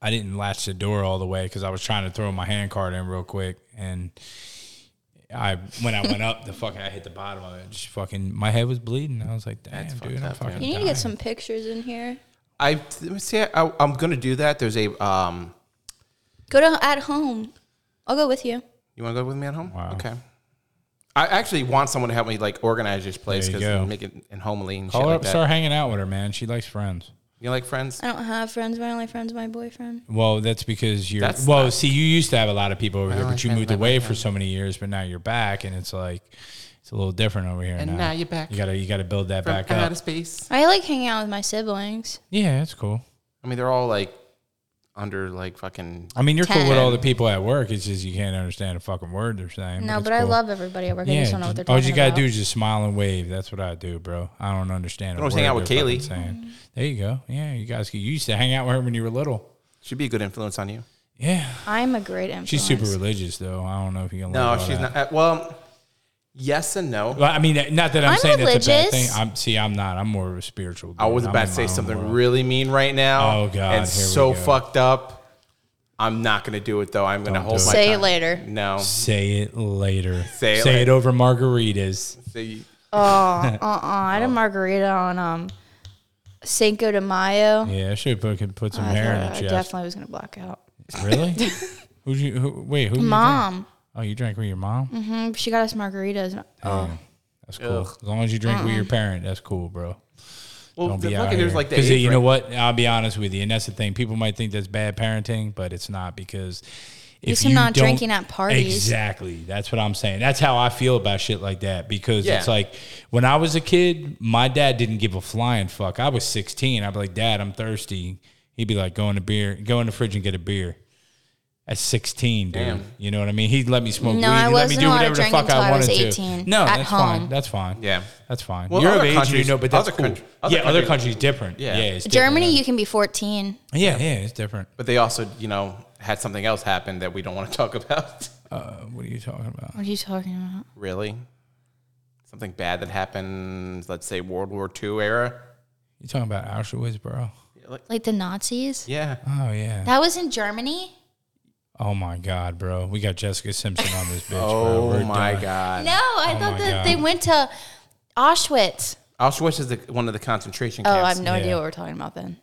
I didn't latch the door all the way because I was trying to throw my hand card in real quick and I when I went up the fucking I hit the bottom of it just fucking my head was bleeding I was like damn dude
fucked
I'm
up, man.
fucking
You need to get
dying.
some pictures in here.
I let me see. I, I'm gonna do that. There's a um.
Go to at home. I'll go with you.
You want to go with me at home?
Wow.
Okay. I actually want someone to help me like organize this place
There you
because
go.
make it and homely and shit
call her
like
up
that.
start hanging out with her man she likes friends
You like friends?
I don't have friends. My only friend's my boyfriend.
Well, that's because you're.
That's
well,
not-
see, you used to have a lot of people over here,
don't
but you
like
moved
that
away for so many years, but now you're back, and it's like it's a little different over here.
And now you're back.
You gotta you gotta build that back
out
up.
of space.
I like hanging out with my siblings.
yeah, that's cool.
I mean, they're all like under like fucking.
I mean, you're cool with
Ten.
all the people at work. It's just you can't understand a fucking word they're saying.
No,
it's
but I
Mm, cool.
love everybody at work. I
Yeah,
just don't know what they're
just-
talking
all you gotta
about.
do is just smile and wave. That's what I do, bro. I don't understand. a
Always hang
word
out with
they're fucking
Kaylee.
Mm-hmm.
Saying. There you go. Yeah, you guys. You used to hang out with her when you were little.
She'd be a good influence on you.
Yeah,
I'm a great influence.
she's super religious though. I don't know if you can.
No,
like all
she's
that.
not. uh, Well, yes and no.
Well, I mean, not that I'm,
I'm
saying it's a bad
religious.
thing. I'm see, I'm not. I'm more of a spiritual. Dude.
I was
I'm
about to
in my
say
own
something
world.
really mean right now.
Oh, God,
And
here we
so
go.
fucked up. I'm not gonna do it though. I'm gonna
Don't
hold
do
my.
it.
Say it
tongue.
later.
No.
Say it later.
Say it
Say it
later.
over margaritas.
See,
Oh, uh, uh I
Oh.
had a margarita on um Cinco de Mayo. Uh,
Yeah, I should put could put some
I,
hair in
thought
the
I
chest.
definitely was gonna black out.
Really? Who'd you? Who, wait, who? you drank-
Mom,
oh, you drank with your mom.
hmm, she got us margaritas. and- Oh,
Damn. That's cool. As long as you drink with your parent, that's cool, bro.
well,
Don't
the,
be
look
out
at
here.
there's like the
Because
age
you know
range.
what? I'll be honest with you, and that's the thing. People might think that's bad parenting, but it's not because if
least I'm
you
not
don't-
drinking at parties.
exactly. That's what I'm saying. That's how I feel about shit like that. Because it's
Yeah.
like when I was a kid, my dad didn't give a flying fuck. I was 16. I'd be like, Dad, I'm thirsty. He'd be like, Go in the beer, go in the fridge and get a beer. At 16, dude.
Damn.
You know what I mean? He'd let me smoke
No,
weed.
I
He'd let me
wasn't
do
allowed to
whatever the
drink
fuck
until
I
I was
wanted
18
to. No,
at
that's fine.
home.
That's fine.
Yeah.
That's fine.
Well,
You're
other
of age, you
countries-
know, but that's
other
cool.
country- other
yeah, other
countries-
countries different. Yeah,
Yeah.
yeah it's
Germany,
different.
you can be 14.
yeah, yeah, it's different.
But they also, you know, had something else happen that we don't want to talk about.
Uh, what are you talking about?
What are you talking about?
really? Something bad that happened, let's say World War II era.
You talking about Auschwitz, bro?
Like the Nazis?
Yeah.
Oh yeah.
That was in Germany?
Oh my God, bro. We got Jessica Simpson on this bitch. bro.
Oh
We're
my
done.
God.
No, I
Oh my
thought
God.
that they went to Auschwitz.
Auschwitz is the, one of the concentration
Oh, I
camps.
have no
Yeah. Oh
idea what we're talking about then.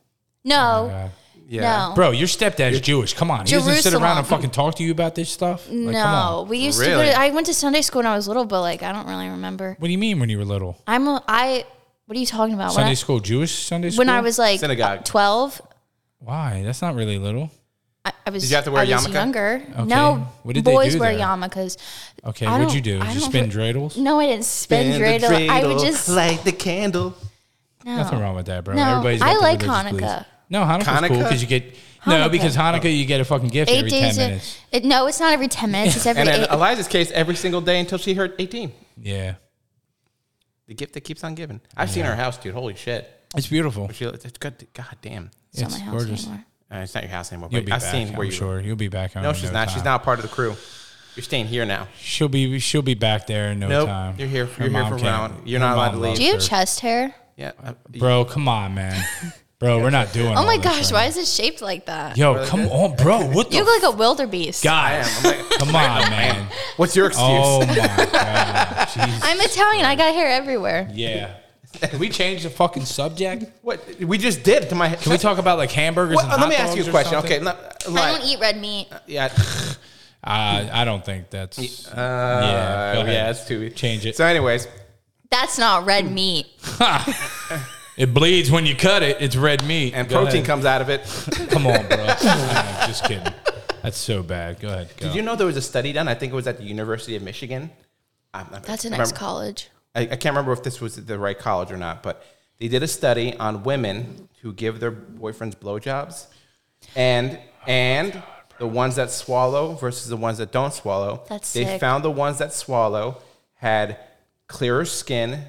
No,
God.
yeah.
no.
Bro, your stepdad's Jewish. Come on, he doesn't sit
Jerusalem.
around and fucking talk to you about this stuff. Like,
no,
Come on.
we used to. Go
Really?
to, I went to Sunday school when I was little, but like I don't really remember.
What do you mean when you were little?
I'm a, I. What are you talking about?
Sunday
when I,
school, Jewish Sunday school.
when I was like
Synagogue.
twelve,
why? That's not really little.
I, I was.
Did you have to wear
I
a
was
yarmulke?
younger. No,
What did they
boys
do
wear
there?
yarmulkes.
Okay,
I
what'd
don't-
you do?
I
Did you
don't
spin
re-
dreidels?
No, I didn't spin
Spin the
dreidel. I would
dreidel,
just
light the candle.
no.
Nothing wrong with that, bro.
Oh. No,
Everybody's got
I
their
like
religious beliefs.
Hanukkah.
No, Hanukkah's cool
Hanukkah?
because you get no
Hanukkah.
because Hanukkah you get a fucking gift
Eight
every ten
days. in-
minutes.
it- no, it's not every ten minutes. It's every
And in
eight.
Eliza's case, every single day until she heard 18.
Yeah,
The gift that keeps on giving. I've seen her house, dude. Holy shit.
it's beautiful.
She, it's good. God damn.
It's not
It's
my house
gorgeous.
anymore.
Uh, it's not your house anymore.
You'll
But
be
I've
back.
seen
I'm
where you.
sure you'll be back. home
No,
in
she's not. She's
time.
not a part of the crew. You're staying here now.
She'll be. She'll be back there in no
Nope,
time.
you're here-
Her
you're here
mom
for
can't-
round. You're
her
not allowed
mom
to leave.
loves
Do you have
her.
chest hair?
Yeah. uh,
bro? Come on, man. Bro, we're not doing.
Oh my
all this
gosh,
right
why is it shaped like that?
now. Yo, come on, bro. What
You
the
look like a wildebeest.
I am.
guys?
I'm like,
Come on, man.
What's your excuse?
Oh my god. Jesus.
I'm Italian. I got hair everywhere.
Yeah. Can we change the fucking subject?
What we just did to my.
Can we talk about like hamburgers?
What,
and
let
hot
me ask you
dogs
a
or
question.
something?
Okay. Not,
I don't e- eat red meat.
Yeah.
Uh, I don't think that's.
Uh,
go
yeah.
ahead.
Yeah. That's too.
Change it.
So, anyways,
That's not red
Hmm.
meat.
It bleeds when you cut it. It's red meat.
and
Go
protein
ahead.
comes out of it.
Come on, bro. I'm just kidding. That's so bad. Go ahead. Go.
Did you know there was a study done? I think it was at the University of Michigan. I'm not-
That's
I
a nice
remember-
college.
I, I can't remember if this was the right college or not, but they did a study on women who give their boyfriends blowjobs, and and the ones that swallow versus the ones that don't swallow.
That's
they
sick.
found the ones that swallow had clearer skin,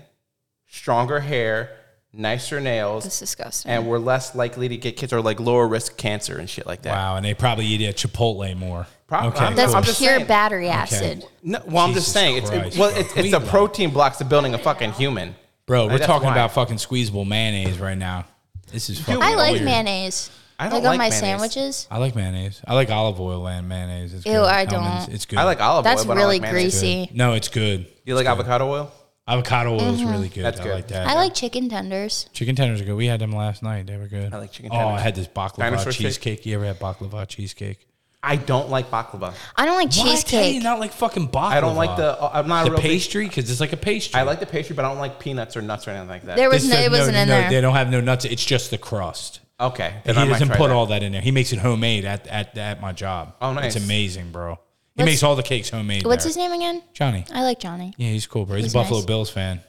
stronger hair, nicer nails,
That's disgusting.
and were less likely to get kids or like lower risk cancer and shit like that.
wow, and they probably eat at Chipotle more.
Prob- I'm-
That's
I'm
cool.
just
pure
saying.
battery acid.
No, well, I'm
Jesus
just saying it's
Christ,
it, well,
bro.
it's,
We
it's a
like-
protein blocks to building a fucking human.
bro. We're
That's
talking
why.
about fucking squeezable mayonnaise right now. This is fucking.
I like
weird.
mayonnaise.
I don't
like on
like
my
mayonnaise.
sandwiches.
I like mayonnaise. I like olive oil and mayonnaise. It's
Ew,
good.
I don't.
Hellman's, It's good.
I like olive
That's
oil. but I
really
like mayonnaise.
greasy.
No, it's good.
You like avocado oil?
Avocado oil is really good.
That's
I
good.
like that.
Mm-hmm. I like chicken tenders.
chicken tenders are good. We had them last night. They were good. I
like chicken
Oh, I
tenders.
had this baklava
Dinosaur steak?
cheesecake. You ever had baklava cheesecake?
I don't like baklava.
I don't like
Why do
cheesecake.
you not like fucking baklava?
I don't like the. I'm not a
the
real big-
pastry because it's like a pastry.
I like the pastry, but I don't like peanuts or nuts or anything like that.
there was no,
said
it wasn't
no,
in
no,
there.
They don't have no nuts. It's just the crust.
okay, then
And
I
he
might
doesn't
try
put
that.
all that in there. He makes it homemade at at, at my job.
Oh, nice.
It's amazing, bro. He
What's-
makes all the cakes homemade.
What's
there.
his name again?
Johnny.
I like Johnny.
Yeah, he's cool, bro. He's,
He's
a Buffalo
nice.
Bills fan.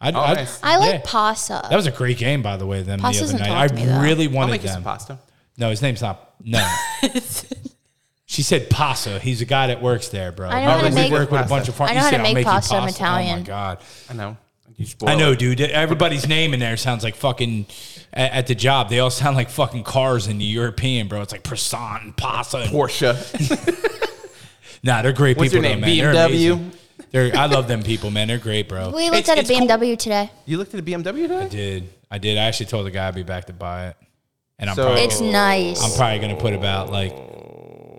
I'd,
Oh,
I'd-
nice.
I like
yeah.
pasta.
That was a great game, by the way. Them the
Pasta
other
doesn't
night.
talk to me, though.
I really
I'll
wanted
make you some
them.
pasta.
No, his name's not. No. she said pasa. He's a guy that works there, bro.
I know how
to
we
make-
work with a bunch of farm.
I know
he
how
said,
to
"I'll
make
you
pasta. I'm
Oh my
Italian.
god.
I know. You spoil
I know,
it.
dude. Everybody's name in there sounds like fucking at, at the job. They all sound like fucking cars in the European, bro. It's like Prasant and Pasa. and-
Porsche.
Nah, they're great
What's
people.
your name?
though, man. They're
BMW?
amazing. They're, I love them people, man. They're great, bro.
we
It's-
looked at a
it's cool.
BMW today.
you looked at the BMW today?
I did. I did. I actually told the guy I'd be back to buy it. And I'm
So-
probably
It's nice.
I'm probably gonna put about like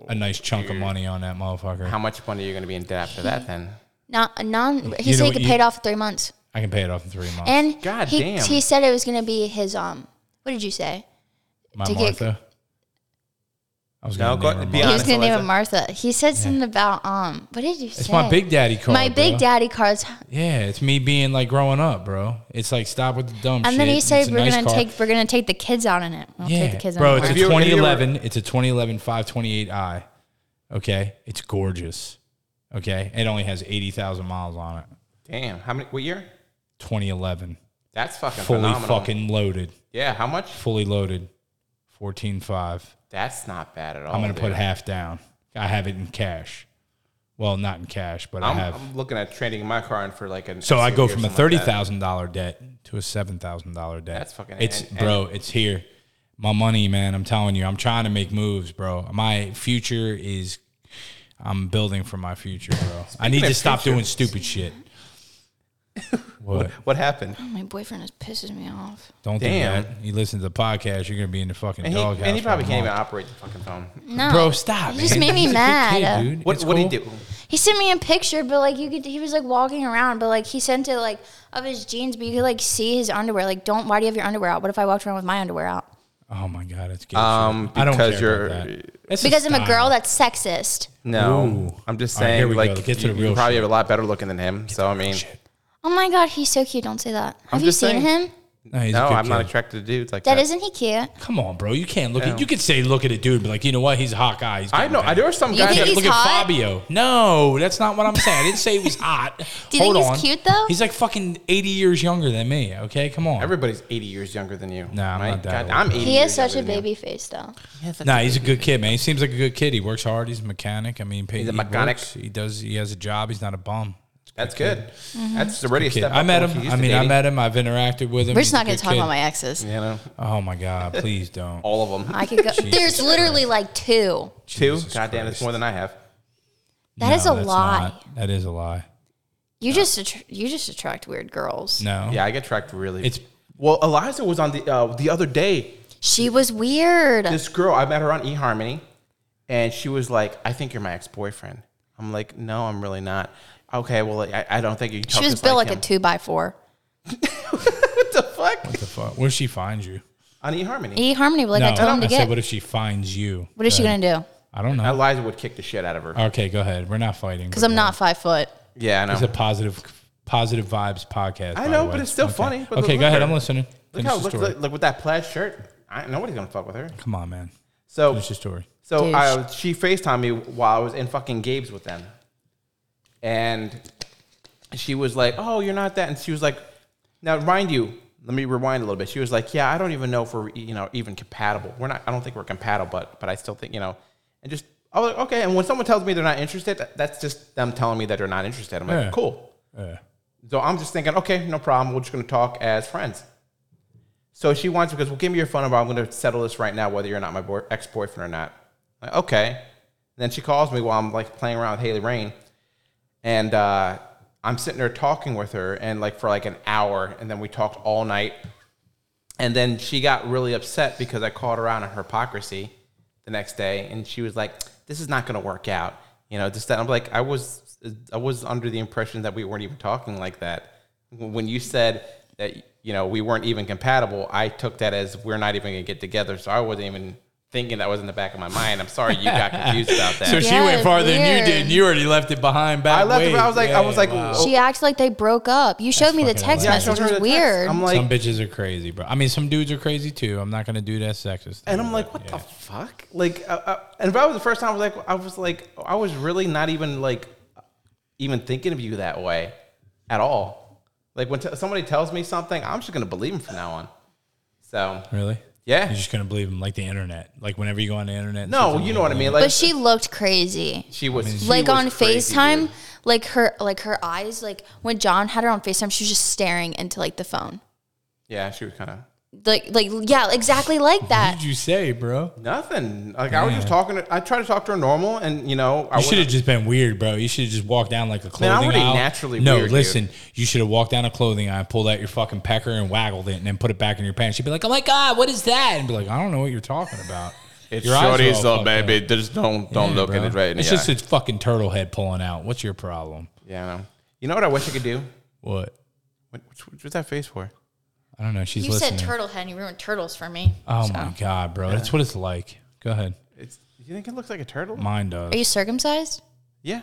a nice chunk of money on that motherfucker.
How much money are you going to be in debt after that? Then
Not non. He
You know
said he
what
could
you-
pay it off in three months.
I can pay it off in three months.
And
God
he,
damn.
he said it was gonna be his um. What did you say?
My
to get-
Martha. I was
No,
gonna
go-
name
be
her Martha.
He
honest.
was gonna name
Eliza.
it Martha. He said something about um. What did you say?
It's my big daddy card.
My big
bro.
daddy cards.
Yeah, it's me being like growing up, bro. It's like stop with the dumb shit.
And then he
It's
said
a
we're
nice
gonna
car.
take we're gonna take the kids out in it. We'll
yeah,
take the kids
bro.
out.
It's a
Have you- have you ever-
2011. It's a 2011 528i. Okay, it's gorgeous. Okay, it only has 80,000 miles on it.
Damn. How many? What year?
2011,
That's fucking
fully
phenomenal.
fucking loaded,
Yeah. How much?
fully loaded, 14.5.
That's not bad at all.
I'm gonna put
dude.
half down. I have it in cash. Well, not in cash, but i
I'm,
have.
I'm looking at trading my car in for like an.
so I
SUV
go
or
from a
something like
thirty
that.
thousand dollar debt to a seven thousand dollar debt.
That's fucking-
It's
and- and-
bro. it's here. My money, man. I'm telling you. I'm trying to make moves, bro. My future is. I'm building for my future, bro. I need
of
to stop
future-
doing stupid shit. What?
What happened?
My boyfriend is pisses me off.
Don't
Damn.
do that. You listen to the podcast, you're gonna be in the fucking
And he,
doghouse.
and he
for
probably
a
can't even
month.
operate the fucking phone.
No,
Bro, stop.
You just
man.
made me
He's a good
mad.
kid, dude.
What
It's
what
cool.
did he do?
He sent me a picture, but like you could, he was like walking around, but like he sent it like of his jeans, but you could like see his underwear. Like, don't why do you have your underwear out? What if I walked around with my underwear out?
Oh my god, it's gay.
Um,
shit. I don't care
because
about
you're-
that. That's a
Because I'm a
style.
girl that's sexist.
No,
Ooh.
I'm just
All right, here
saying.
we
like,
go. Get to
you-
the
you're
real
probably
shit.
a lot better looking than him. So I mean,
Oh my god, he's so cute. Don't say that. Have
I'm
you
just
seen
saying.
him?
No, he's a
no,
good
I'm not
kid.
attracted to dudes like
That
that.
isn't he cute?
Come on, bro. You can't look at. You could say look at a dude, but like you know what? He's a hot guy. He's
I know.
getting
I, there are some
You
guys.
think
that-
he's
look at
hot?
Fabio. No, that's not what I'm saying. I didn't say he was hot.
Do you
Hold
think he's
on.
cute, though?
He's like fucking 80 years younger than me. Okay, come on.
Everybody's 80 years younger than you.
Nah, I'm not that old.
I'm 80.
He
years
has such a
younger than you.
baby face though.
nah, he's a good kid, man. He seems like a good kid. He works hard. He's a mechanic. I mean,
He's a mechanic.
He does. He has a job. He's not a bum.
That's good.
Mm-hmm.
That's already a
Kid.
step.
I
up
met
from what you
him.
used
I
to
mean, I
dating.
met him. I've interacted with him.
We're
He's
just
a
not gonna
good
talk
kid.
about my exes.
You know, Ah,
Oh my god, please don't.
all of them.
I could go. There's literally like two.
Two.
Jesus
God damn, it's
Christ.
more than I have.
That is
No,
a
that's
lie.
not- that is a lie.
You just attr- you just attract weird girls.
No.
Yeah, I get tracked really.
It's-
well, Eliza was on the uh, the other day.
She was weird.
This girl, I met her on eHarmony, and she was like, "I think you're my ex boyfriend." I'm like, "No, I'm really not." Okay, well, I, I don't think you.
she was built like, a two by four.
what the fuck
What the fuck? What if she finds you?
on eHarmony?
E Harmony, like I told him to
I
get.
said, what if she finds you?
what is she gonna do?
I don't know.
Eliza would kick the shit out of her.
okay, go ahead. We're not fighting.
Because I'm not five foot.
yeah, I know.
It's a positive, positive vibes podcast.
I
by
know,
the way.
but it's still
Okay.
funny. But
okay,
look
go
at
ahead.
her.
I'm listening.
Look
Finish
how
the
look,
story.
look, look with that plaid shirt. I, nobody's gonna fuck with her.
Come on, man.
So
Finish the story.
So
Douche.
I, she FaceTimed me while I was in fucking Gabe's with them. And she was like, Oh, you're not that. And she was like, Now, mind you, let me rewind a little bit. She was like, Yeah, I don't even know if we're, you know, even compatible. We're not, I don't think we're compatible, but, but I still think, you know, and just, I was like, Okay. And when someone tells me they're not interested, that- that's just them telling me that they're not interested. I'm like,
Yeah.
Cool.
Yeah.
So I'm just thinking, okay, no problem. We're just going to talk as friends. So she wants because well, give me your phone number. I'm going to settle this right now, whether you're not my boy, ex boyfriend or not. Like, okay. Then she calls me while I'm like playing around with Haley Rain, and uh, I'm sitting there talking with her, and like for like an hour, and then we talked all night. And then she got really upset because I called her out on her hypocrisy the next day, and she was like, "This is not going to work out." You know, just that. I'm like, I was, I was under the impression that we weren't even talking like that. When you said that, you know, we weren't even compatible, I took that as we're not even going to get together. So I wasn't even thinking that was in the back of my mind. I'm sorry you got confused about that.
So she
Yeah,
went farther than you
weird.
did. and You already left it behind. Back
I left it,
way.
but I was like, I
Yeah,
was like,
wow.
oh,
She acts like they broke up. You showed me the
fucking
text
hilarious.
I showed
message. It
her
was
the text.
weird.
I'm like,
some bitches are crazy, bro. I mean, some dudes are crazy too. I'm not gonna do that sexist.
and I'm like, what the fuck? Like, uh, uh, and if I was the first time, I was like, I was like, I was really not even like, even thinking of you that way, at all. Like when t- somebody tells me something, I'm just gonna believe them from now on. So
really?
yeah,
You're just gonna believe them, like the internet. Like whenever you go on the internet. and see
no,
something
you know
like
what I mean.
that.
Like
but she looked crazy.
she was she
like
was
on
crazy,
FaceTime,
dude.
like her like her eyes, like when John had her on FaceTime, she was just staring into like the phone.
Yeah, she was kind of
Like like yeah, exactly like
What
that.
did you say, bro?
nothing. Like I was just
Man.
talking. To, I tried to talk to her normal, and you know, I
You should
was
have just been weird, bro. You should have just walked down like a
Man,
clothing
I'm already
aisle.
naturally
no,
weird, dude.
listen. You should have walked down a clothing aisle, pulled out your fucking pecker, and waggled it, and then put it back in your pants. She'd be like, "Oh my god, what is that?" And be like, "I don't know what you're talking about."
It's
Your eyes are all
shorties up,
fucked
baby. Just don't don't
Yeah,
look at
bro.
it right in
It's
the
just
eye.
a fucking turtle head pulling out. What's your problem?
yeah, I know. You know what I wish I could do?
What?
What, what, what's that face for?
I don't know. She's
You
listening.
said turtle head and you ruined turtles for me.
Oh my god, bro. That's what it's like. Go ahead.
It's. You think it looks like a turtle?
Mine does.
Are you circumcised?
Yeah.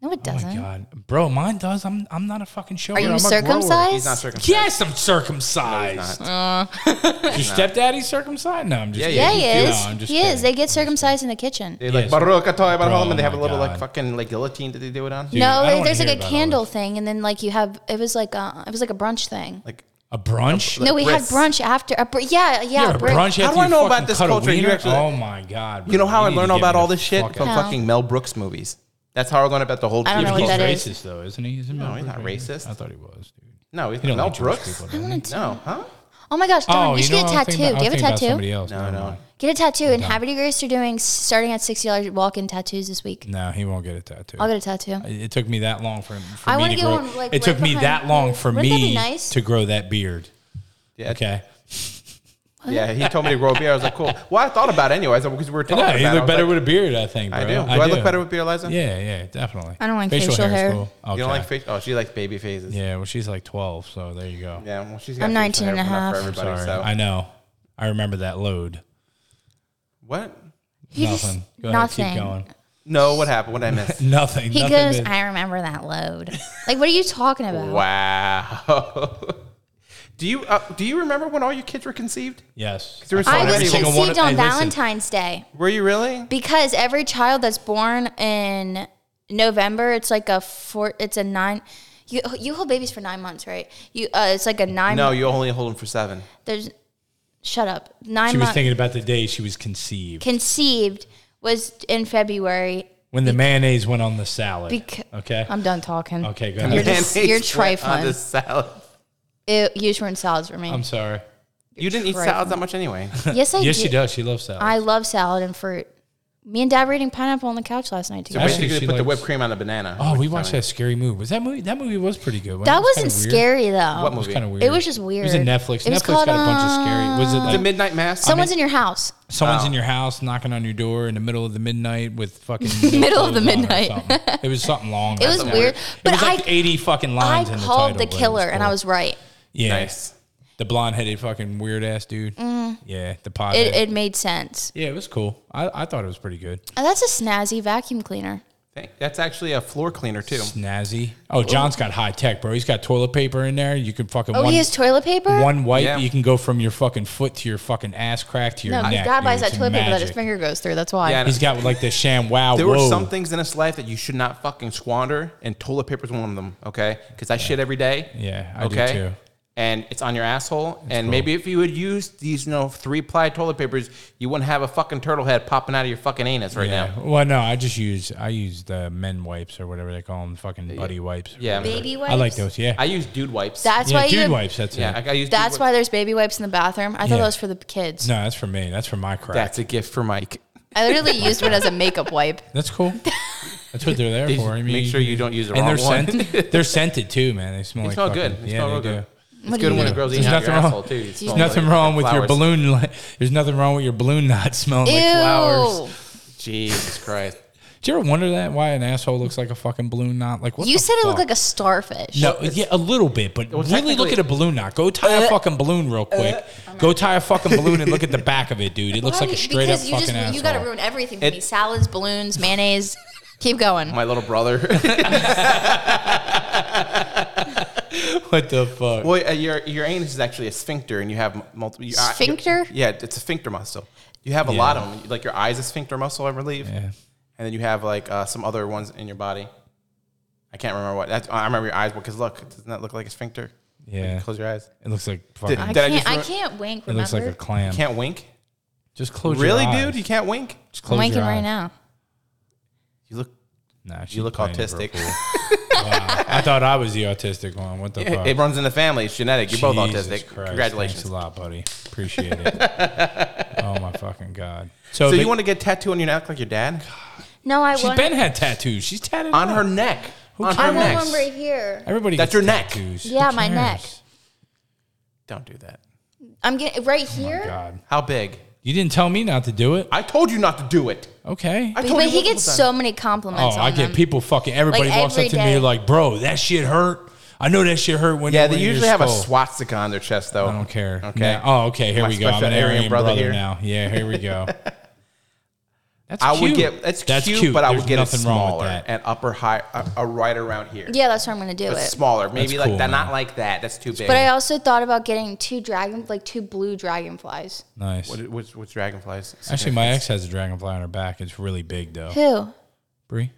No, it
oh my
doesn't.
god, bro. Mine does. I'm I'm not a fucking show.
Are
I'm
you
a grower.
circumcised?
He's not circumcised.
Yes, I'm circumcised. Your stepdaddy circumcised? No, I'm just.
Yeah,
Yeah, he
kidding.
is.
No, I'm just
he is.
kidding.
They get circumcised in the kitchen.
They like
Yes.
barokatoy barham,
Bro,
and they have a
oh my
little like
God.
fucking like guillotine that they do it on.
Dude, I
no,
don't
like,
wanna
there's
hear
like a
about all
candle thing, and then like you have it was like a it was like a brunch thing.
Like,
this. A brunch?
like
no, we
wrists.
had brunch after. A br- yeah, yeah,
Yeah, a
br-
brunch.
How
after
do I
you
know
fucking
about this
cut a
culture? You
wiener?
actually-
oh my god. Bro.
you know how I
need to
learned
get
about
me
all
the
this shit
fuck
from
out.
No.
fucking Mel Brooks movies. That's how I learned about the whole.
I don't know
Jewish
what that
culture.
is.
He's racist though, isn't he? Isn't Mel
he's not
Brooks
racist.
I thought he was, dude.
No, he's
He don't
Mel
like Jewish
Brooks.
people, does he?
No, huh?
Oh my gosh, John,
Oh,
you should
know
get a
what? I'm
tattoo.
thinking about- I'm
Do you have a
thinking about
tattoo?
Somebody else.
No,
Never
no.
mind.
Get a tattoo. And Happy Degrees are doing starting at sixty dollars walk-in tattoos this week.
No, he won't get a tattoo.
I'll get a tattoo.
It took me that long for, for
I
me
wanna
to
get
grow.
one,
it
like, right
took me
behind-
that long for
Wouldn't that be
me
nice?
to grow that beard.
Yeah,
Okay.
yeah. He told me to grow a beard. I was like, cool. Well, I thought about it anyways because we were talking
No,
about.
you
it. I
look
was
better
like,
with a beard, I think. Bro.
I do. Do I look better with beard, Liza?
Yeah, yeah, definitely.
I don't like facial
hair's
hair.
cool. Okay.
You don't like face? Oh, she likes baby faces. Yeah.
Yeah, well, she's like 12, so there you go.
well, she's got
I'm
facial
19
hair
and a
enough
half.
For
I'm
everybody,
Sorry.
so.
I know. I remember that load.
what?
He just-
nothing. Go ahead,
nothing.
keep going.
No, what happened? What did I miss?
Nothing.
He
nothing
goes,
did-
I remember that load. like, what are you talking about?
wow. do you uh, do you remember when all your kids were conceived?
yes.
There was
I
Every
was
single
conceived
one of-
on
Hey, listen.
Valentine's Day
Were you really?
because every child that's born in November, it's like a four. It's a nine. You you hold babies for nine months, right? You uh, it's like a nine.
No, you only hold them for seven.
there's shut up. Nine
She was
months
thinking about the day she was conceived.
conceived was in February.
When the mayonnaise went on the salad.
Bec-
okay.
I'm done talking.
okay, go
You're
ahead.
just-
Mayonnaise
you're
went On
trifling.
the salad.
Ew, you just ruined salads for me.
I'm sorry.
You didn't eat
trifling.
salads that much anyway.
yes, I
Yes,
do.
she does. She loves salad.
I love salad and fruit. Me and Dad were eating pineapple on the couch last night together.
Actually,
Basically, they
she
put the
likes-
whipped cream on the banana.
Oh, we watched that scary movie. Was that movie? That movie was pretty good.
that
It was
wasn't
kinda weird.
scary though.
What
It was
movie?
kind of weird.
It was just weird.
It was a Netflix.
It was
Netflix
called, um,
got a bunch of scary. Was it
The
like
midnight mass.
Someone's in your house.
someone's
Oh.
in your house knocking on your door in the middle of the midnight with fucking
Middle of the
clothes on or
midnight.
something? It was something long.
It was weird,
It
but
was like
I
eighty fucking
I
lines. in the
called
title,
the
but it
killer and I
cool.
was right.
yeah,
nice.
the blonde headed fucking weird ass dude. Yeah, the pot.
Mm. It, it made sense.
yeah, it was cool. I, I thought it was pretty good.
Oh, that's a snazzy vacuum cleaner.
Thank- That's actually a floor cleaner too.
Snazzy. Oh, John's got high tech, bro. He's got toilet paper in there. You can fucking
Oh,
one-
he has toilet paper.
one wipe,
Yeah.
you can go from your fucking foot to your fucking ass crack to your
no,
neck.
Dad buys
dude.
that
It's
toilet paper that his
magic.
finger goes through. That's why.
Yeah,
He's got like the sham wow.
There
whoa.
were some things in this life that you should not fucking squander, and toilet paper is one of them. Okay, because I shit every day.
Yeah, I do too.
And it's on your asshole. and maybe if you would use these, you know, three ply toilet papers, you wouldn't have a fucking turtle head popping out of your fucking anus right
Yeah.
now.
Well, no, I just use I use the men wipes or whatever they call them, fucking buddy wipes. or
Yeah.
whatever.
Baby
I like
wipes?
those. Yeah.
I use dude wipes.
That's
yeah,
why
dude
you.
wipes. That's
yeah,
it.
I, I use. dude
That's
wi-
why there's baby wipes in the bathroom. I thought
Yeah.
that was for the kids.
no, that's for me. That's for my crack.
That's a gift for Mike.
I literally used one as a makeup wipe.
that's cool. That's what they're there for. I mean,
Make sure you don't use the
and
wrong
they're
one.
scented. they're scented too, man. They smell
They
like
smell
fucking-
good. They
yeah,
smell
they
real
do.
good. It's
What do
good
you
when
do?
a girl's
There's
eating out
nothing
your
wrong.
asshole too. You smell
There's nothing
like
wrong with your
flowers.
balloon. Li- There's nothing wrong with your balloon knot smelling like flowers.
Ew.
Jesus Christ.
Do you ever wonder that why an asshole looks like a fucking balloon knot? Like what
You
the
said it looked
fuck?
like a starfish.
No, yeah, a little bit, but really look
technically- Uh,
at a balloon knot. Go tie a fucking balloon real quick. Go tie a fucking balloon and look at the back of it, dude. It looks
Why
like a
do you-
straight up
because
fucking
you just,
asshole.
You gotta ruin everything for
It-
me. Salads, balloons, mayonnaise. Keep going.
My little brother.
what the fuck?
well, uh, your your anus is actually a sphincter, and you have m- multiple your eye- your-
Sphincter?
yeah, it's a sphincter muscle. You have a lot of them. Like your eyes a sphincter muscle, I believe.
Yeah.
And then you have like uh, some other ones in your body. I can't remember what. That's, I remember your eyes because look, doesn't that look like a sphincter?
Yeah.
Close your eyes.
It looks like fucking.
I
I
It
Did I
can't.
just
I,
ruin-
can't wink. Remember?
looks like a clam.
Can't wink.
Just close your
Really,
eyes.
dude? You can't wink.
Just
I'm
close
winking
your
right
eyes.
now.
You look.
Nah, she's
You look
playing it
autistic.
for a fool. wow. I thought I was the autistic one. What the fuck?
It runs in the family. It's genetic. You're both
Jesus
autistic.
Christ.
Congratulations.
Thanks a lot, buddy. Appreciate it. oh my fucking god.
So
they-
you want to get tattoo on your neck like your dad?
No, I
She's
want.
been had tattoos. She's tatted
On
up.
her neck. on
I
her
want
neck.
one right here.
Everybody.
That's
gets
your neck.
tattoos. Who
Yeah, my
cares?
neck.
Don't do that.
I'm getting right
Oh
here.
my god.
How big?
You didn't tell me not to do it.
I told you not to do it.
Okay.
I
But,
told
but
you
he
multiple
gets
times.
so many
Oh,
compliments.
I
on
get
them.
people fucking. Everybody
Like,
walks up
every
to me
day.
like, "Bro, that shit hurt." I know that shit hurt when.
Yeah,
it
they
went in your
usually have a
skull."
swastika on their chest, though.
I don't care.
Okay.
No. Oh, okay. Here
My
we go. I'm an
special Aryan
Aryan brother,
brother here.
now. Yeah. Here we go. That's
I would get
cute.
that's, cute, but I would
There's
get it
nothing wrong
smaller
with that.
and upper high, uh, uh, right around here.
Yeah, that's how I'm gonna do
But
it.
smaller, maybe
That's
like
cool,
that,
man.
not like that. That's too big.
But I also thought about getting two dragon, like two blue dragonflies.
nice.
what, what's, what's dragonflies?
Actually, my ex has a dragonfly on her back. It's really big though.
Who?
Bree,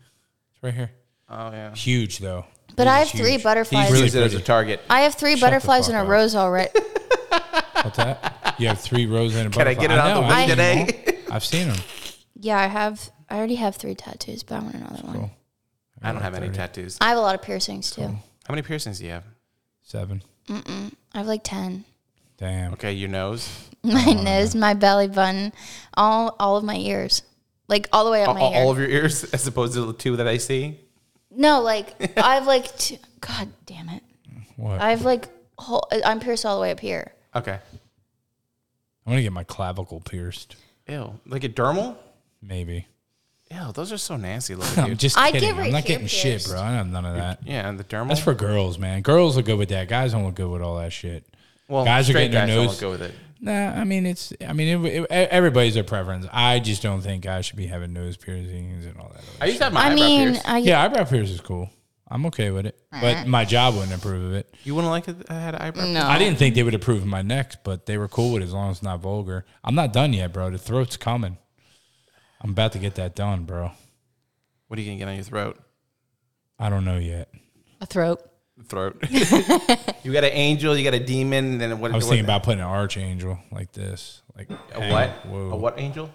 it's right here.
oh yeah,
Huge though.
But
This
I
is
have three
huge.
he
butterflies.
really
uses it as a
pretty.
target.
I have three
Shut the
butterflies
fuck
in a
up.
rose already.
What's that? You have three rows in a
Can I
butterfly.
get it out the
know,
way
I've seen
today?
them all. I've seen them.
yeah, I have. I already have three tattoos, but I want another one.
Cool.
I don't have any tattoos.
I have a lot of piercings too.
How many piercings do you have?
Seven.
I have like ten.
Damn.
Okay, your nose,
Oh,
My nose, my belly button, all all of my ears, like all the way up
all,
my
all-
ear.
all of your ears, as opposed to the two that I see.
no, like I have like two, God damn it.
What?
I have like whole, I'm pierced all the way up here.
Okay,
I'm gonna get my clavicle pierced.
ew, like a dermal.
Maybe.
Ew, those are so nasty looking.
I'm
dude.
just
I
kidding.
get
I'm
right
not
here
getting shit,
pierced.
bro. I don't have none of that.
yeah, and the dermal.
That's for girls, man. Girls look good with that. Guys don't look good with all that shit.
well,
guys are
straight
getting their
guys don't
nose-
Go with it.
Nah, I mean it's. I mean it, it- everybody's their preference. I just don't think guys should be having nose piercings and all that. Other
I used to have my
I
eyebrow
mean,
pierced.
I,
Yeah, eyebrow pierce is cool. I'm okay with it, but my job wouldn't approve of it.
You wouldn't like it? I had an eyebrow.
No.
I didn't think they would approve of my neck, but they were cool with it as long as it's not vulgar. I'm not done yet, bro. The throat's coming. I'm about to get that done, bro.
What are you gonna get on your throat?
I don't know yet.
A throat.
Throat. you got an angel. You got a demon. And then what?
I was
what-
thinking about putting an archangel like this, like
a what?
Whoa,
A what angel?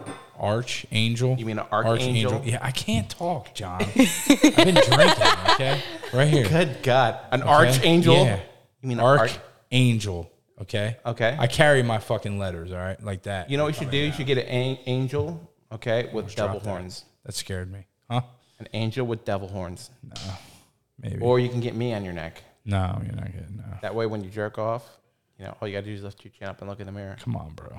Archangel.
You mean an archangel?
Yeah, I can't talk, John. I've been drinking. Okay, right here.
Good God! An archangel.
Yeah.
You mean an arch?
Archangel. Okay.
Okay.
I carry my fucking letters. All right, like that.
You know what you should
Oh,
do? You should get an an- angel. Okay, with devil horns.
that scared me, huh?
An angel with devil horns.
Maybe.
Or you can get me on your neck.
no, you're not good. No.
That way, when you jerk off, you know all you gotta do is lift your chin up and look in the mirror.
Come on, bro.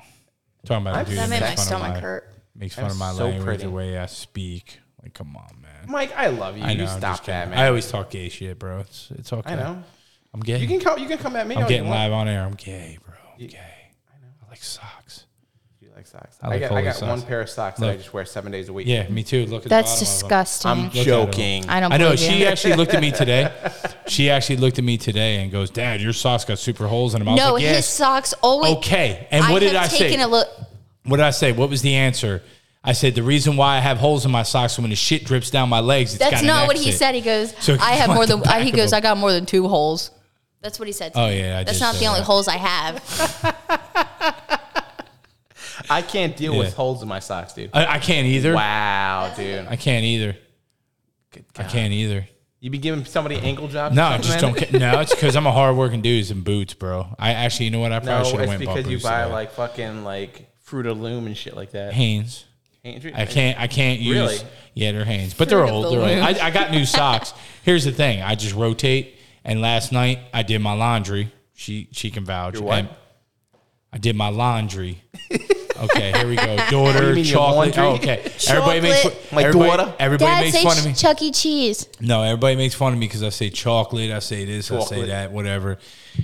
Talking about a dude that
that made
makes
my
fun of
stomach
my-
hurt.
Makes fun of my
so
language,
pretty.
the way I speak. Like, come on, man.
Mike, I love you.
I know.
you
I'm
stop
just
that,
kidding.
man.
I always talk gay shit, bro. It's it's okay.
I know.
I'm gay.
You can come. You can come at me.
I'm
all you
getting
want.
live on air. I'm gay, bro. I'm gay. I know. I like socks.
You like socks?
I
I,
like
got,
all
I
the
got
socks.
one pair of socks that I
Look.
just wear seven days a week.
Yeah, me too. Look at the
That's
bottom of 'em.
disgusting.
I'm joking.
I don't.
I know.
believe
She
you.
actually looked at me today. She actually looked at me today and goes, "Dad, your socks got super holes in them." I was
No,
like,
his
"Yes."
socks always.
Okay. And what did
have
I say?
taken A look.
What did I say? What was the answer? I said the reason why I have holes in my socks is when the shit drips down my legs. It's got
That's
an
not what he
exit."
said. He goes,
So
I have
what
more
the
than. I,
back
he
of
goes,
a-
I got more than two holes. That's what he said. To
Oh
me.
yeah, I
That's
just
not the
said
only
that.
holes I have.
I can't deal
Yeah.
with holes in my socks, dude.
I, I can't either.
Wow, dude.
I can't either. I can't either.
You be giving somebody ankle jobs?
No,
or
I
something,
just
man?
don't. Ca- no, it's because I'm a hardworking dude It's in boots, bro. I actually, you know what? I probably should
No,
have
it's
went bought
because you
boots
buy
today.
like fucking like Fruit of Loom and shit like that.
Hanes.
Ain't you-
I can't. I can't use.
Really?
Yeah, they're Hanes, but they're
Fruit of
old.
the
They're old.
loom.
I, I got new socks. Here's the thing. I just rotate. And last night I did my laundry. She she can vouch.
Your what?
And I did my laundry. Okay, here we go.
You
Daughter,
mean your
chocolate.
laundry?
Oh, okay. Everybody makes fu-
My
everybody,
daughter.
Everybody
Dad,
makes
say
fun of me.
ch- Chuck E. Cheese.
No, everybody makes fun of me because I say chocolate, I say this, I say
Chocolate.
that, whatever.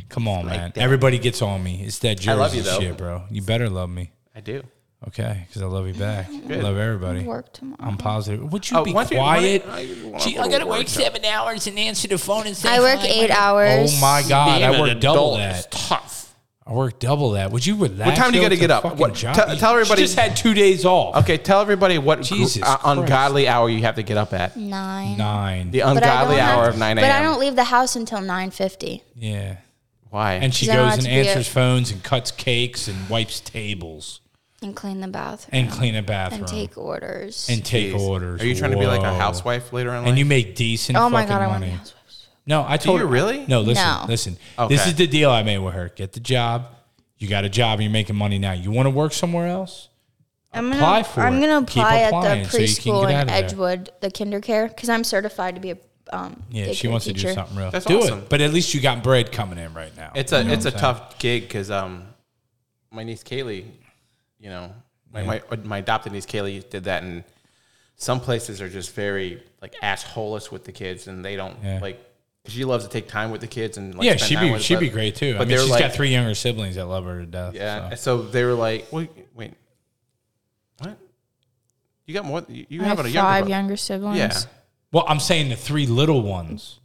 Come on,
like
man.
that.
Everybody gets on me. It's that Jersey
I love you, though.
shit, bro. You better love me,
I do.
okay? Because I love you back. I love everybody.
Work tomorrow.
I'm positive. Would you
Oh,
be
why don't you- why
quiet?
don't you- why don't
Gee,
you
I gotta
work
work seven hours and answer the phone and say
I work
hi.
eight hours.
Oh my god, I work double that.
tough.
I work double that. Would you relax?
What time do you
yo?
gotta
It's
get
a
up?
fucking
What-
job.
tell- tell
She
everybody-
just had two days off.
Okay, tell everybody what gr-
Jesus
uh,
Christ.
ungodly hour you have to get up at.
Nine.
Nine.
The
But I
ungodly
don't have-
hour of 9 a.m.
But I don't leave the house until nine fifty.
Yeah.
Why?
And she
She's not
goes and
allowed to be
answers
a-
phones and cuts cakes and wipes tables
And clean the bathroom.
and clean a bathroom
And take orders.
and take
Jeez.
orders.
Are you trying to be like a
Whoa.
housewife later in life?
And you make decent
oh
fucking
my god, I want
money.
the housewives.
No, I told
you
her-
really?
No, listen,
No.
listen. This
Okay.
is the deal I made with her. Get the job. You got a job. You're making money now. You want to work somewhere else?
I'm
Apply
gonna,
for
I'm
it.
gonna
Keep
apply at
applying
the
so you can
preschool
get out
in
of there.
Edgewood, the kinder care, because I'm certified to be a um,
Yeah, she
daycare
wants to
teacher.
do something real.
That's
do
awesome.
it. But at least you got bread coming in right now.
It's
You
a
know
it's a
what I'm saying?
tough gig because um, my niece Kaylee, you know, my, my uh, my adopted niece Kaylee did that, and some places are just very like assholeish with the kids, and they don't
Yeah.
like. She loves to take time with the kids, and like,
Yeah,
spend
she'd
time
be
with-
she'd
but-
be great too.
But
I mean,
they're
she's
like,
got three younger siblings that love her to death.
yeah.
so.
So. they were like, wait, wait, what? You got more? You, you
I
have
have
a
five
younger, brother.
younger siblings.
yeah.
Well, I'm saying the three little ones.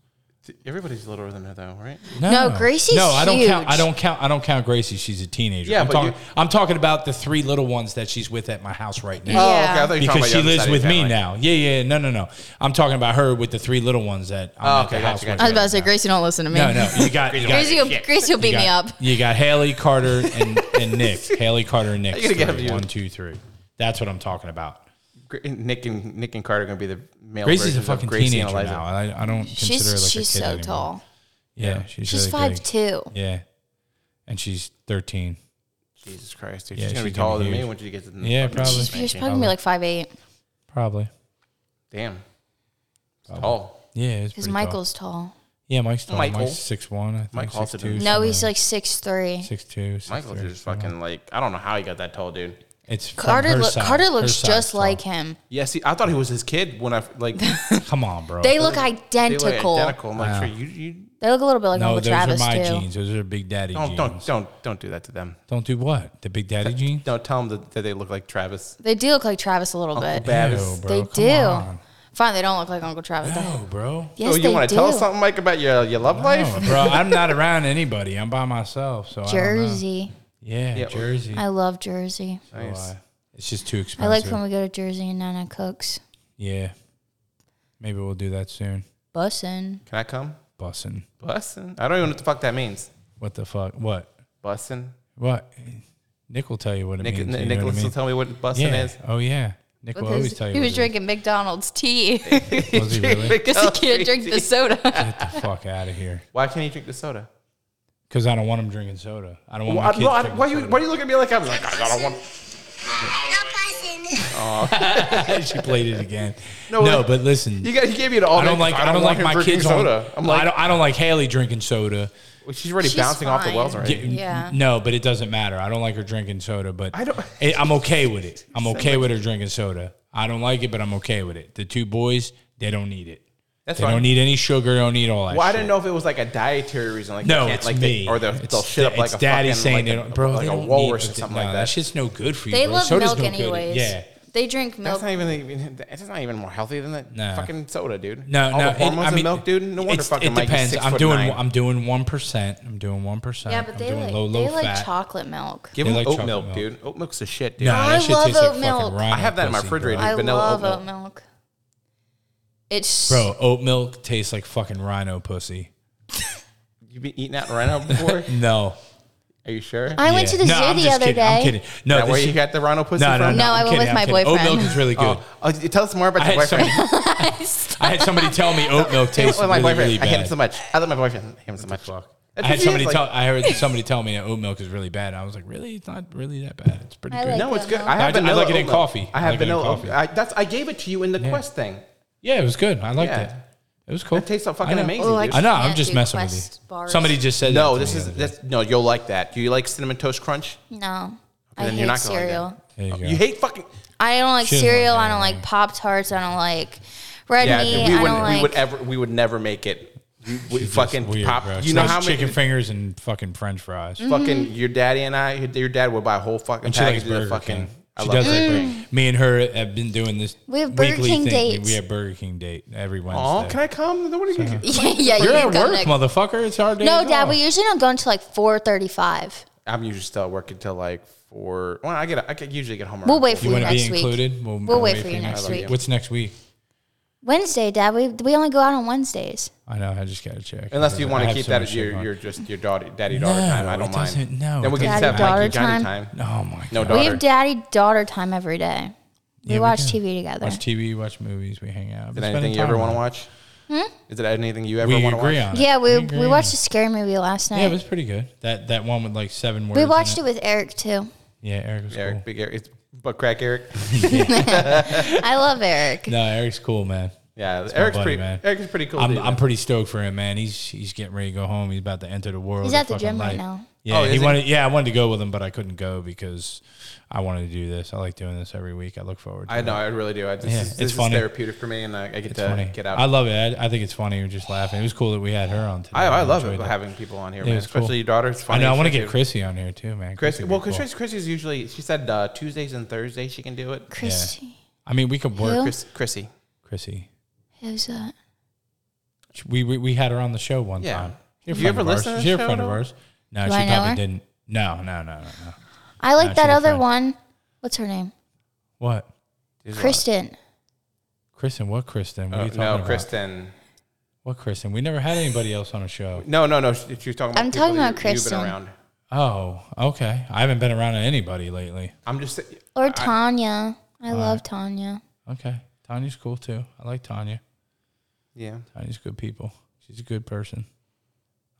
Everybody's littler than her though, right?
No, Gracie's
No, I don't count.
huge.
I don't count. I don't count Gracie. She's a teenager.
Yeah,
I'm
but
talking.
you-
I'm talking about the three little ones that she's with at my house right now.
Oh,
Yeah.
okay. I thought you were talking about your
because she
other
lives
side of
with
your
me
family.
now. Yeah, yeah, no, no, no. I'm talking about her with the three little ones that I'm
Oh,
at
okay,
the
gotcha,
house with
gotcha.
I was about
right
to say,
now.
Gracie, don't listen to me.
No, no, you got, you got,
Gracie, will, Gracie will beat
you
me
got-
up.
You got Haley Carter and and Nick. Haley Carter and Nick.
You gotta get
three.
up, you-
One, two, three. That's what I'm talking about.
Gr- eh, Nick and Nick and Carter are gonna be the male.
Gracie's a
versions of
fucking
Gracie and
teenager
Eliza.
now. I, I don't consider her like
She's she's
a kid
so
anymore.
tall.
Yeah, she's
She's
really
five
big.
two.
Yeah, and she's 13.
Jesus Christ, dude.
Yeah,
she's gonna be
she's gonna be
taller than me
huge.
when she gets in.
Yeah,
fucking-
probably.
She's, she's probably gonna be like five eight
Probably.
Damn. It's tall.
Yeah, it's pretty
because
tall.
Michael's tall.
Yeah, Mike's tall.
Michael.
Mike's six one. I think
Mike
six
Halstead.
two.
No,
No, he's like six three.
six two. Six
Michael's
three,
just
somewhere.
fucking like I don't know how he got that tall, dude.
It's from
Carter
her
look,
side.
Carter
Her
looks
side's
just
tall.
like him.
Yeah, see, I thought he was his kid when I like
Come on, bro.
They look
they look
identical.
identical. I'm like, sure, you, you
They look a little bit like
no,
Uncle
those
Travis
are my
too.
jeans. Those are big daddy
don't
jeans.
don't
Don't,
don't don't do that to them.
do what? The big daddy jeans.
Don't tell them that, that they look like Travis.
They do look like Travis a little
Bad.
bit.
Travis.
No, bro.
They
come
do.
on.
Fine, they don't look like Uncle Travis.
No, bro.
Yes,
oh, you
they
wanna
do.
tell us something, Mike, about your your love
No,
life?
bro. I'm not around anybody. I'm by myself. So I don't know.
Jersey.
Yeah,
Yeah.
Jersey.
I love Jersey.
So I- it's just too expensive.
I like when we go to Jersey and Nana cooks.
yeah. Maybe we'll do that soon.
Bussin.
Can I come?
Bussin.
Bussin. I don't even know what the fuck that means.
What the fuck? What?
Bussin.
What? Nick will tell you what it
Nick,
means.
Nick-
you know what I
Nicholas
mean?
will tell me what bussin
yeah.
is.
Oh yeah. Nick will always
Because
tell you.
he
what
was
it is.
drinking McDonald's tea
Was he really?
because he can't drink the soda.
Get the fuck out of here.
Why can't he drink the soda?
Because I don't want him drinking soda. I don't want
Well,
my
I-
kids
no, I-
drinking
why you
soda.
why you looking at me like I'm like I don't want
she played it agaagain. No,
No, like-
but listen,
You, got, you gave me an all.
I don't like. I don't, like my kids. on-
soda. I'm like,
I don't. I don't like Haley drinking soda.
well, she's already
She's
bouncing off the wells
fine.
already.
N-
Yeah.
No, but it doesn't matter. I don't like her drinking soda, but
I don't-
It, I'm okay with it. I'm okay with her drinking soda. I don't like it, but I'm okay with it. The two boys, they don't need it.
That's
they
fine.
don't need any sugar. They don't need all that.
well, I
shit.
didn't know if it was like a dietary reason. Like
No,
they can't,
it's
like
me.
They, or they'll,
It's
they'll shit
da-
up like
it's
a
daddy
fucking,
saying
like
they
a-
don't, bro.
like
they
a
don't
walrus
need-
or something
no,
like
That
that.
shit's no good for you.
They
bro.
love
Soda's
milk
no good.
anyways.
Yeah.
They drink milk.
That's not even, even. That's not even more healthy than that
Nah.
fucking soda, dude.
No,
all
no.
the hormones
it, I
in
mean,
milk, dude. No wonder
it's-
fucking
It
Mike is
depends.
six
I'm
foot
doing.
nine.
I'm doing one percent. I'm doing one percent.
yeah, but
I'm
they
doing
like
low, low
they like
fat.
chocolate milk.
Give
They
him
like
oat
chocolate
milk,
milk.
dude. Oat milk's the shit, dude.
Nah,
I
that shit
love
tastes like
oat
fucking
milk.
rhino
I have that in my
pussy, bro.
refrigerator.
I
vanilla
love
oat
oat milk. It's
Bro, oat milk tastes like fucking rhino pussy.
You been eating that rhino before?
No.
Are you sure?
I went
Yeah.
to the
No,
zoo
I'm
the
just
other
kidding.
day.
I'm kidding. No,
That
this
where
shit-
you got the rhino pussy
no, no,
from?
no.
I
I'm
went
kidding,
with
I'm
my
kidding. Oat milk
boyfriend.
is really good.
Oh, oh, tell us more about
I
the
had,
boyfriend.
somebody, I had somebody tell me oat milk tastes
Well, my
really,
boyfriend,
really
I hate him
bad.
so much. I love my boyfriend. I hate him so much. That's
I had
what he
somebody
is,
tell.
like-
I heard somebody tell me that oat milk is really bad. I was like, really? It's not really that bad. It's pretty
I
good.
like-
No, it's good. I
I
have
ju- I
vanilla
like it in
oat milk.
coffee.
I
I
have
like it in
vanilla
coffee.
coffee. I, that's I gave it to you in the quest thing.
Yeah, it was good. I liked
Yeah.
it. It was cool.
It tastes so
I
fucking
know.
amazing, Oh, I dude.
I know. I'm
can't
just
do
messing with
Quest
you.
bars.
Somebody just said
No,
that to
this
me
is
the other day.
that's no. You'll like that. Do you like cinnamon toast crunch?
No, I
Then
hate
you're not gonna like
cereal.
that.
There you go.
You hate fucking.
I don't like
She doesn't
cereal.
like
I don't like Pop Tarts. I don't like red
Yeah,
meat.
dude, we
I don't
wouldn't.
like.
We would ever. We would never make it. We, we
It's just
fucking
weird,
pop.
bro.
You know
Slice
how many
chicken fingers and fucking French fries.
Mm.
fucking
Mm-hmm.
your daddy and I. Your, your dad would buy a whole fucking
And she
package
likes
of
Burger
the fucking.
King.
I
She
love
does
Burger
like
King.
Burger. Me and her have been doing this.
We have Burger
weekly
King
thing.
dates.
We have Burger King date every Wednesday.
Aw, can I come? Nobody can.
yeah, yeah, you
You're
can
at
go
work,
next.
motherfucker. It's our day.
No,
off.
Dad, we usually don't go until like four thirty-five.
I'm usually still working till like four. Well, I get. I get, usually get home. around
We'll wait for
You
you
want to be
next week.
included? We'll,
wait for you next week.
What's next week?
Wednesday, Dad. We we only go out on Wednesdays.
I know. I just gotta check.
Unless you
I
want to
have
keep
so
that
much
as your,
shit
your
going.
just your daughter daddy daughter
No,
time. I don't
it
mind.
doesn't- no,
Then we can
it
just have
doesn't.
Mikey and Johnny
Daddy daughter
time.
Oh my god.
No
We
daughter.
have daddy daughter time every day. We
Yeah,
watch
do.
TV together.
Watch TV. Watch movies. We hang out.
Is it anything you ever want to watch?
Hmm?
Is it anything you ever
We
want to watch?
agree on. it.
yeah, we
agree
we
on
watched
it.
a scary movie last night.
Yeah, it was pretty good. That that one with like seven words.
we
in
watched it. with Eric too.
Yeah, Eric was
Eric,
cool.
big Eric, it's butt crack Eric.
I love Eric.
No, Eric's cool, man.
Yeah,
my
Eric's
buddy,
pretty.
man.
Eric's pretty cool.
I'm,
dude.
I'm pretty stoked for him, man. He's he's getting ready to go home. He's about to enter the world.
He's
of
at the
fucking
gym right
life.
now.
Yeah,
Oh,
he
is he?
wanted. Yeah, I wanted to go with him, but I couldn't go because I wanted to do this. I like doing this every week. I look forward. to
I
it.
know. I really do. I, this
Yeah,
is,
it's
this is
funny.
therapeutic for me, and I, I get
It's
to
funny.
get out.
I love it. I, I think it's funny. We're just laughing. It was cool that we had her on today.
I, I love it,
enjoyed
having people on here,
Yeah,
man.
it's cool.
Especially your daughter. It's
I
funny.
know. I want to
she-
get Chrissy on here too, man.
Chris,
would
well,
be
because
cool.
Chris, Chris is usually she said uh, Tuesdays and Thursdays she can do it.
Christy,
I mean, we could work
Who?
Chris, Chrissy,
Chrissy.
who's that?
We, we we had her on the show one
Yeah.
time.
You
She's a friend
ever
of ours.
listen to the
She's a
show
friend
at
of
all?
ours. No,
Do
she
I know
probably
her?
didn't. No, no, no, no, no.
I
she's
like that
a
other
friend.
one. What's her name?
What?
There's a lot.
Kristen.
Kristen? What Kristen? What are
Oh,
you talking
no,
about?
Kristen.
What Kristen? We never had anybody else on a show.
No, no, no. She, she was talking about.
I'm
people
talking
who
about
you've
Kristen.
Been around.
Oh, okay. I haven't been around anybody lately.
I'm just.
Or Tanya.
Uh,
I love Tanya.
Okay. Tanya's cool too. I like Tanya.
Yeah.
Tanya's good people. She's a good person.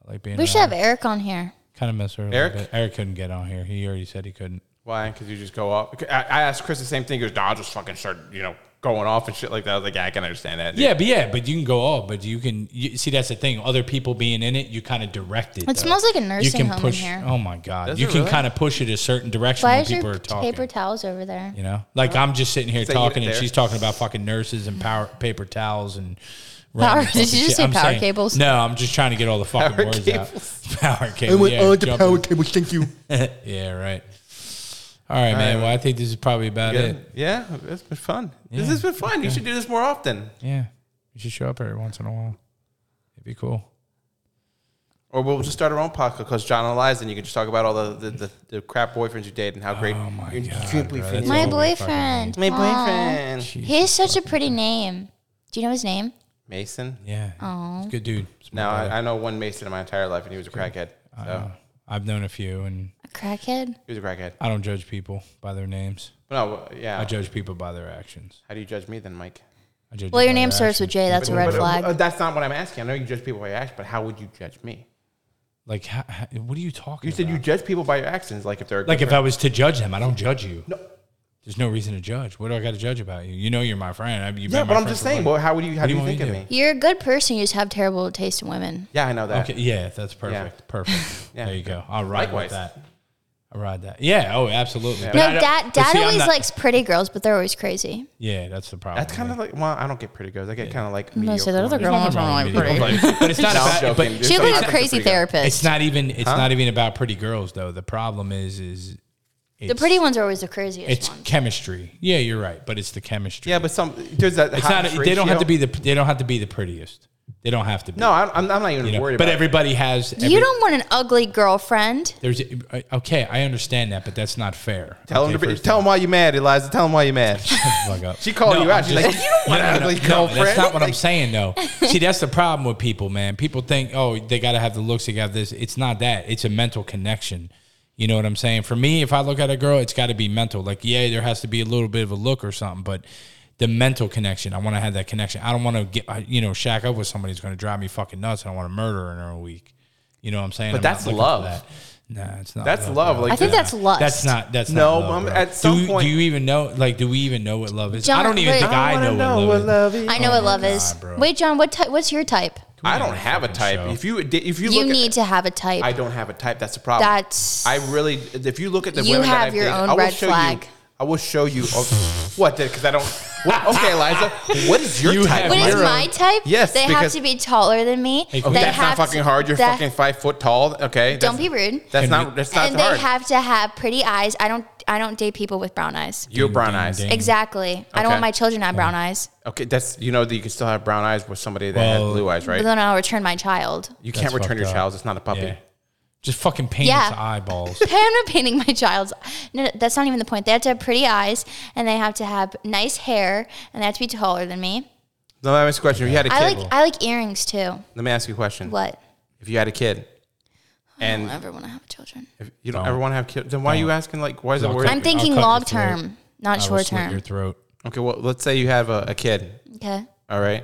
I like being.
We should
around
have Eric on here.
Kind of miss her. a little
Eric?
bit. Eric couldn't get on here. He already said he couldn't.
Why? Because you just go off. I, I asked Chris the same thing. He goes, nah, I'll just fucking start, you know, going off and shit like that. I was like, yeah, I can understand that. dude."
Yeah, but yeah, but you can go all, but you can you, see that's the thing. Other people being in it, you kind of direct it.
It smells like a nursing home in
push.
here.
Oh my god,
Does
you
it
can
really?
kind of push it a certain direction
Why
when
is
people
your
are talking.
paper towels over there?
you know, like I'm just sitting here
So you
talking,
get
and
there.
she's talking about fucking nurses and power paper towels and.
Power-
random
did
fucking
you just
shit.
say
I'm
power
saying-
cables?
No, I'm just trying to get all the fucking
Power
words
cables.
out. Power cables. yeah, jumping.
cables. Thank you.
Yeah, right. All right, man.
right.
Well, I think this is probably about
Good.
it.
Yeah, it's been fun. This
Yeah.
has been fun. You should do this more often.
Yeah, you should show up every once in a while. It'd be cool.
Or we'll just start our own podcast because John and Eliza, and you can just talk about all the, the, the, the crap boyfriends you date and how great.
Oh my
you- you
God,
can't
bro,
believe
that's
it.
all
My
we fucking
boyfriend.
My
Aw.
boyfriend.
He has such a pretty name. Do you know his name?
Mason.
Yeah.
Aw.
He's a good dude.
Now, I, I know one Mason in my entire life, and he was a crackhead. So
have known a few, and
A crackhead?
he was a crackhead.
I don't judge people by their names.
No, yeah.
I judge people by their actions.
How do you judge me then, Mike?
I judge
Well,
you
your
by
name
their
starts with
actions.
J. That's a red
But, uh, uh,
flag.
that's not what I'm asking. I know you judge people by your actions, but how would you judge me?
Like, how, how, what are you talking?
You said you
about?
judge people by your actions, like if they're a good
like if
friend.
I was to judge them, I don't judge you.
No.
There's no reason to judge. What do I got to judge about you? You know you're my friend. I, you've
Yeah,
been my
but I'm
friend
just
for
saying.
life.
Well, how would you? How do
What do
you
you want
think
me
of
to
me?
do?
You're a good person. You just have terrible taste in women.
Yeah, I know that.
Okay, yeah, that's perfect. Perfect.
Yeah.
There you go. I'll ride
Likewise.
with that. I'll ride that. Yeah. Oh, absolutely. But I
No,
don't-
dad.
but
Dad
see, I'm
always
not-
likes pretty girls, but they're always crazy.
Yeah, that's the problem.
That's kind of like. Well, I don't get pretty girls. I get kind of like.
I'm gonna say that
mediocre
other
ones.
girl
There's
was
nothing wrong
really
with
pretty.
mediocre. but it's not
No, I'm
about. But
joking.
She
There's
would have
nothing
been a crazy
pretty girl.
it's
therapist.
not even. It's not even about pretty girls though. The problem is, is it's,
The pretty ones are always the craziest
It's
ones.
chemistry. Yeah, you're right. But it's the chemistry.
Yeah, but some there's that.
it's not. They don't have to be the. They don't have to be the prettiest. They don't have to. be.
No, I'm, I'm I'm not even
you know,
worried
But
about.
everybody has. Every,
you don't want an ugly girlfriend.
There's okay. I understand that, but that's not fair.
Tell
okay,
them to be,
first
tell
of
them why you mad, Eliza. Tell them why you mad.
all, fuck up.
She called
No,
you out.
I'm
She's
just-
like, you don't want
No,
an
no,
ugly
no,
girlfriend.
that's not what I'm
Like,
saying though. See, that's the problem with people, man. People think, oh, they got to have the looks, they got this. It's not that. It's a mental connection. You know what I'm saying? For me, if I look at a girl, it's got to be mental. Like, yeah, there has to be a little bit of a look or something, but the mental connection. I want to have that connection. I don't want to get, I- you know, shack up with somebody who's going to drive me fucking nuts, and I want to murder her in a week. You know what I'm saying?
But
I'm not
that's
looking for
love.
That. Nah, it's not.
That's love,
bro.
like-
I think
Yeah.
that's lust.
That's not. That's
No,
Not love,
but I'm-
bro.
at some
do,
point-
do you even know? Like, do we even know what love is? I
John,
don't even
wait.
think
I
I,
wanna
know,
know
what love is.
is.
I know
Oh
what
my
love is.
God, bro.
Wait, John. What ty- What's your type?
I don't have a type.
Show.
If you if you
You
look
need
at,
to have a type.
I don't have a type. That's the problem.
That's-
I really. If you look at the
You
women that
have
I've
your
dated,
own
I will
red
show
flag.
you. I will show you. oh, what did? Because I don't. What, okay, Liza. What is your
You
type?
have
What is
You're a-
my type?
Yes,
They have
because-
to be taller than me.
Okay,
They
Okay, that's not
have to-
fucking hard. You're
that-
fucking five foot tall. Okay. that's-
Don't be rude.
That's
Can
not.
we-
That's not
And they
hard.
have to have pretty eyes. I don't. I don't date people with brown eyes.
You're brown
Ding,
eyes.
ding.
Exactly. I don't
Okay.
want my children to have brown eyes.
Okay, that's you know that you can still have brown eyes with somebody that
Well-
has blue eyes,
But
right?
then I'll return my child.
You
That's
can't return
fucked
your
up.
child's. It's not a puppy.
Yeah. Just fucking paint
Yeah.
its eyeballs.
I'm not painting my child's. No, no, that's not even the point. They have to have pretty eyes, and they have to have nice hair, and they have to be taller than me.
Let me ask you a question. If you had a
I
kid,
like. I like earrings too.
let me ask you a question.
What?
If you had a kid,
I
and
don't ever want to have children.
if you don't ever want to have kids, then why are you asking? Like, why is it
Look,
worth?
I'm thinking
cut your
long
throat.
term,
I
not
will
short
slit
term.
Your throat.
Okay, well, let's say you have a, a kid.
Okay.
All right.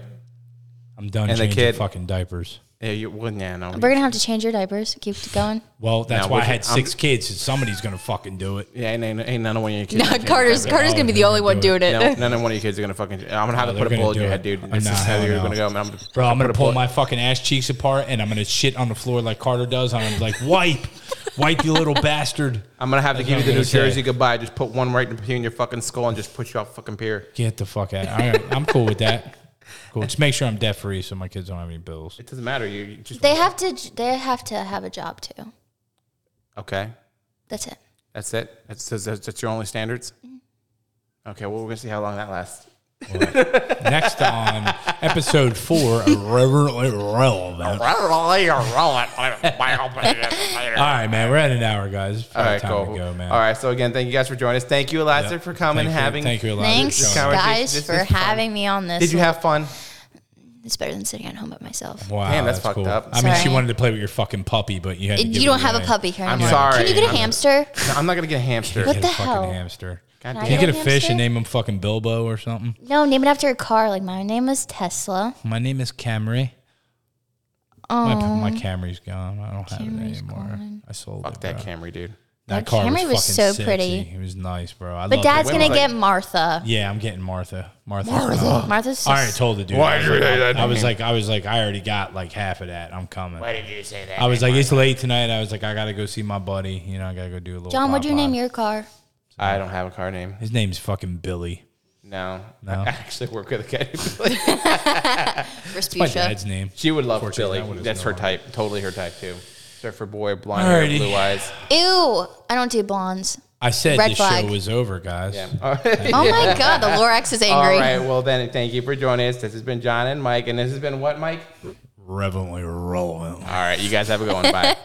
I'm done
And the
changing
kid-
fucking diapers.
Yeah, you, well, yeah, no.
We're gonna have to change your diapers. Keep going.
Well, that's
Now,
why I
would you-
had
I'm-
six kids. So somebody's gonna fucking do it.
yeah, ain't, ain't, ain't none of one of your kids.
No,
gonna change
Carter's
diapers.
Carter's gonna be the only one doing it.
No, none of one of your kids are gonna fucking. I'm gonna have to
No, they're
put a
gonna
bullet in
do
your
it.
head, dude.
I'm
This
not-
is how
hell
you're
no.
gonna go. I'm, I'm,
Bro, I'm
gonna
gonna
put a
pull
bullet-
my fucking ass cheeks apart and I'm gonna shit on the floor like Carter does. I'm gonna be like wipe, wipe, you little bastard.
I'm gonna have to
That's
give you
what
the
I'm
New
gonna say.
Jersey goodbye. Just put one right in between your fucking skull and just put you off fucking pier.
Get the fuck out. All right, I'm cool with that. Cool. Just make sure I'm debt free so my kids don't have any bills.
It doesn't matter. You, you just
They have to. They have to have a job too.
okay.
That's it.
That's it. That's that's, that's your only standards.
Mm-hmm.
Okay. Well, we're gonna see how long that lasts.
Next on episode four, irreverently relevant. All right, man, we're at an hour, guys. It's
All
probably
right.
time
Cool.
to go, man.
All right. So again, thank you guys for joining us. Thank you, Eliza,
Yep.
for coming.
Thank you-
having.
Thank you, Eliza. for
Thanks,
showing
Conversation.
guys,
This
for
is fun.
having me on this.
Did you have fun?
It's better than sitting at home by myself.
Wow,
Damn, that's
that's,
fucked
cool.
up.
I mean, she
Sorry.
wanted to play with your fucking puppy, but you had to
It-
give
you don't
it
have a
away.
puppy here.
I'm
anymore.
sorry.
Can you get a
I'm-
hamster?
No, I'm not gonna get a hamster.
What
Get
the
a fucking
hell?
hamster.
God
Can I
Can you
damn.
get a
a
fish
hamster?
and name him fucking Bilbo or something?
No, name it after a car. Like my name was Tesla.
My name is Camry. My, my Camry's gone. I don't have
Camry's
it anymore.
gone.
I sold
Fuck
it.
that
bro.
Camry, dude.
That
That
car
Camry
fucking
was so
sexy.
pretty.
It was nice, bro. I
But
loved
Dad's
it.
gonna
Wait,
get Martha.
Yeah, I'm getting Martha. Martha. Martha.
Martha's. So
I already told the dude.
Why
I was
did you
like-
say that
I
to
was
me?
like, I was like, I already got like half of that. I'm coming.
Why did you say that?
I was like, it's late tonight. I was like, I gotta go see my buddy. You know, I gotta go do a little.
John, what'd you
pop
name
on.
your car?
I don't have a car name.
His name's fucking Billy.
No.
No?
I actually work with a kid.
My
Respucia.
dad's name.
she would love
Unfortunately,
Billy.
that one is
That's
no
her
one.
type. Totally her type too. Except for boy, blonde hair,
Alrighty.
blue eyes.
Ew, I don't do blondes.
I said
Red
this
flag.
show was over, guys.
Yeah. All right.
Oh my god, the Lorax is
All
angry.
right. Well, then, thank you for joining us. This has been John and Mike, and this has been what, Mike?
Reverently relevant.
All right. You guys have a good one. Bye.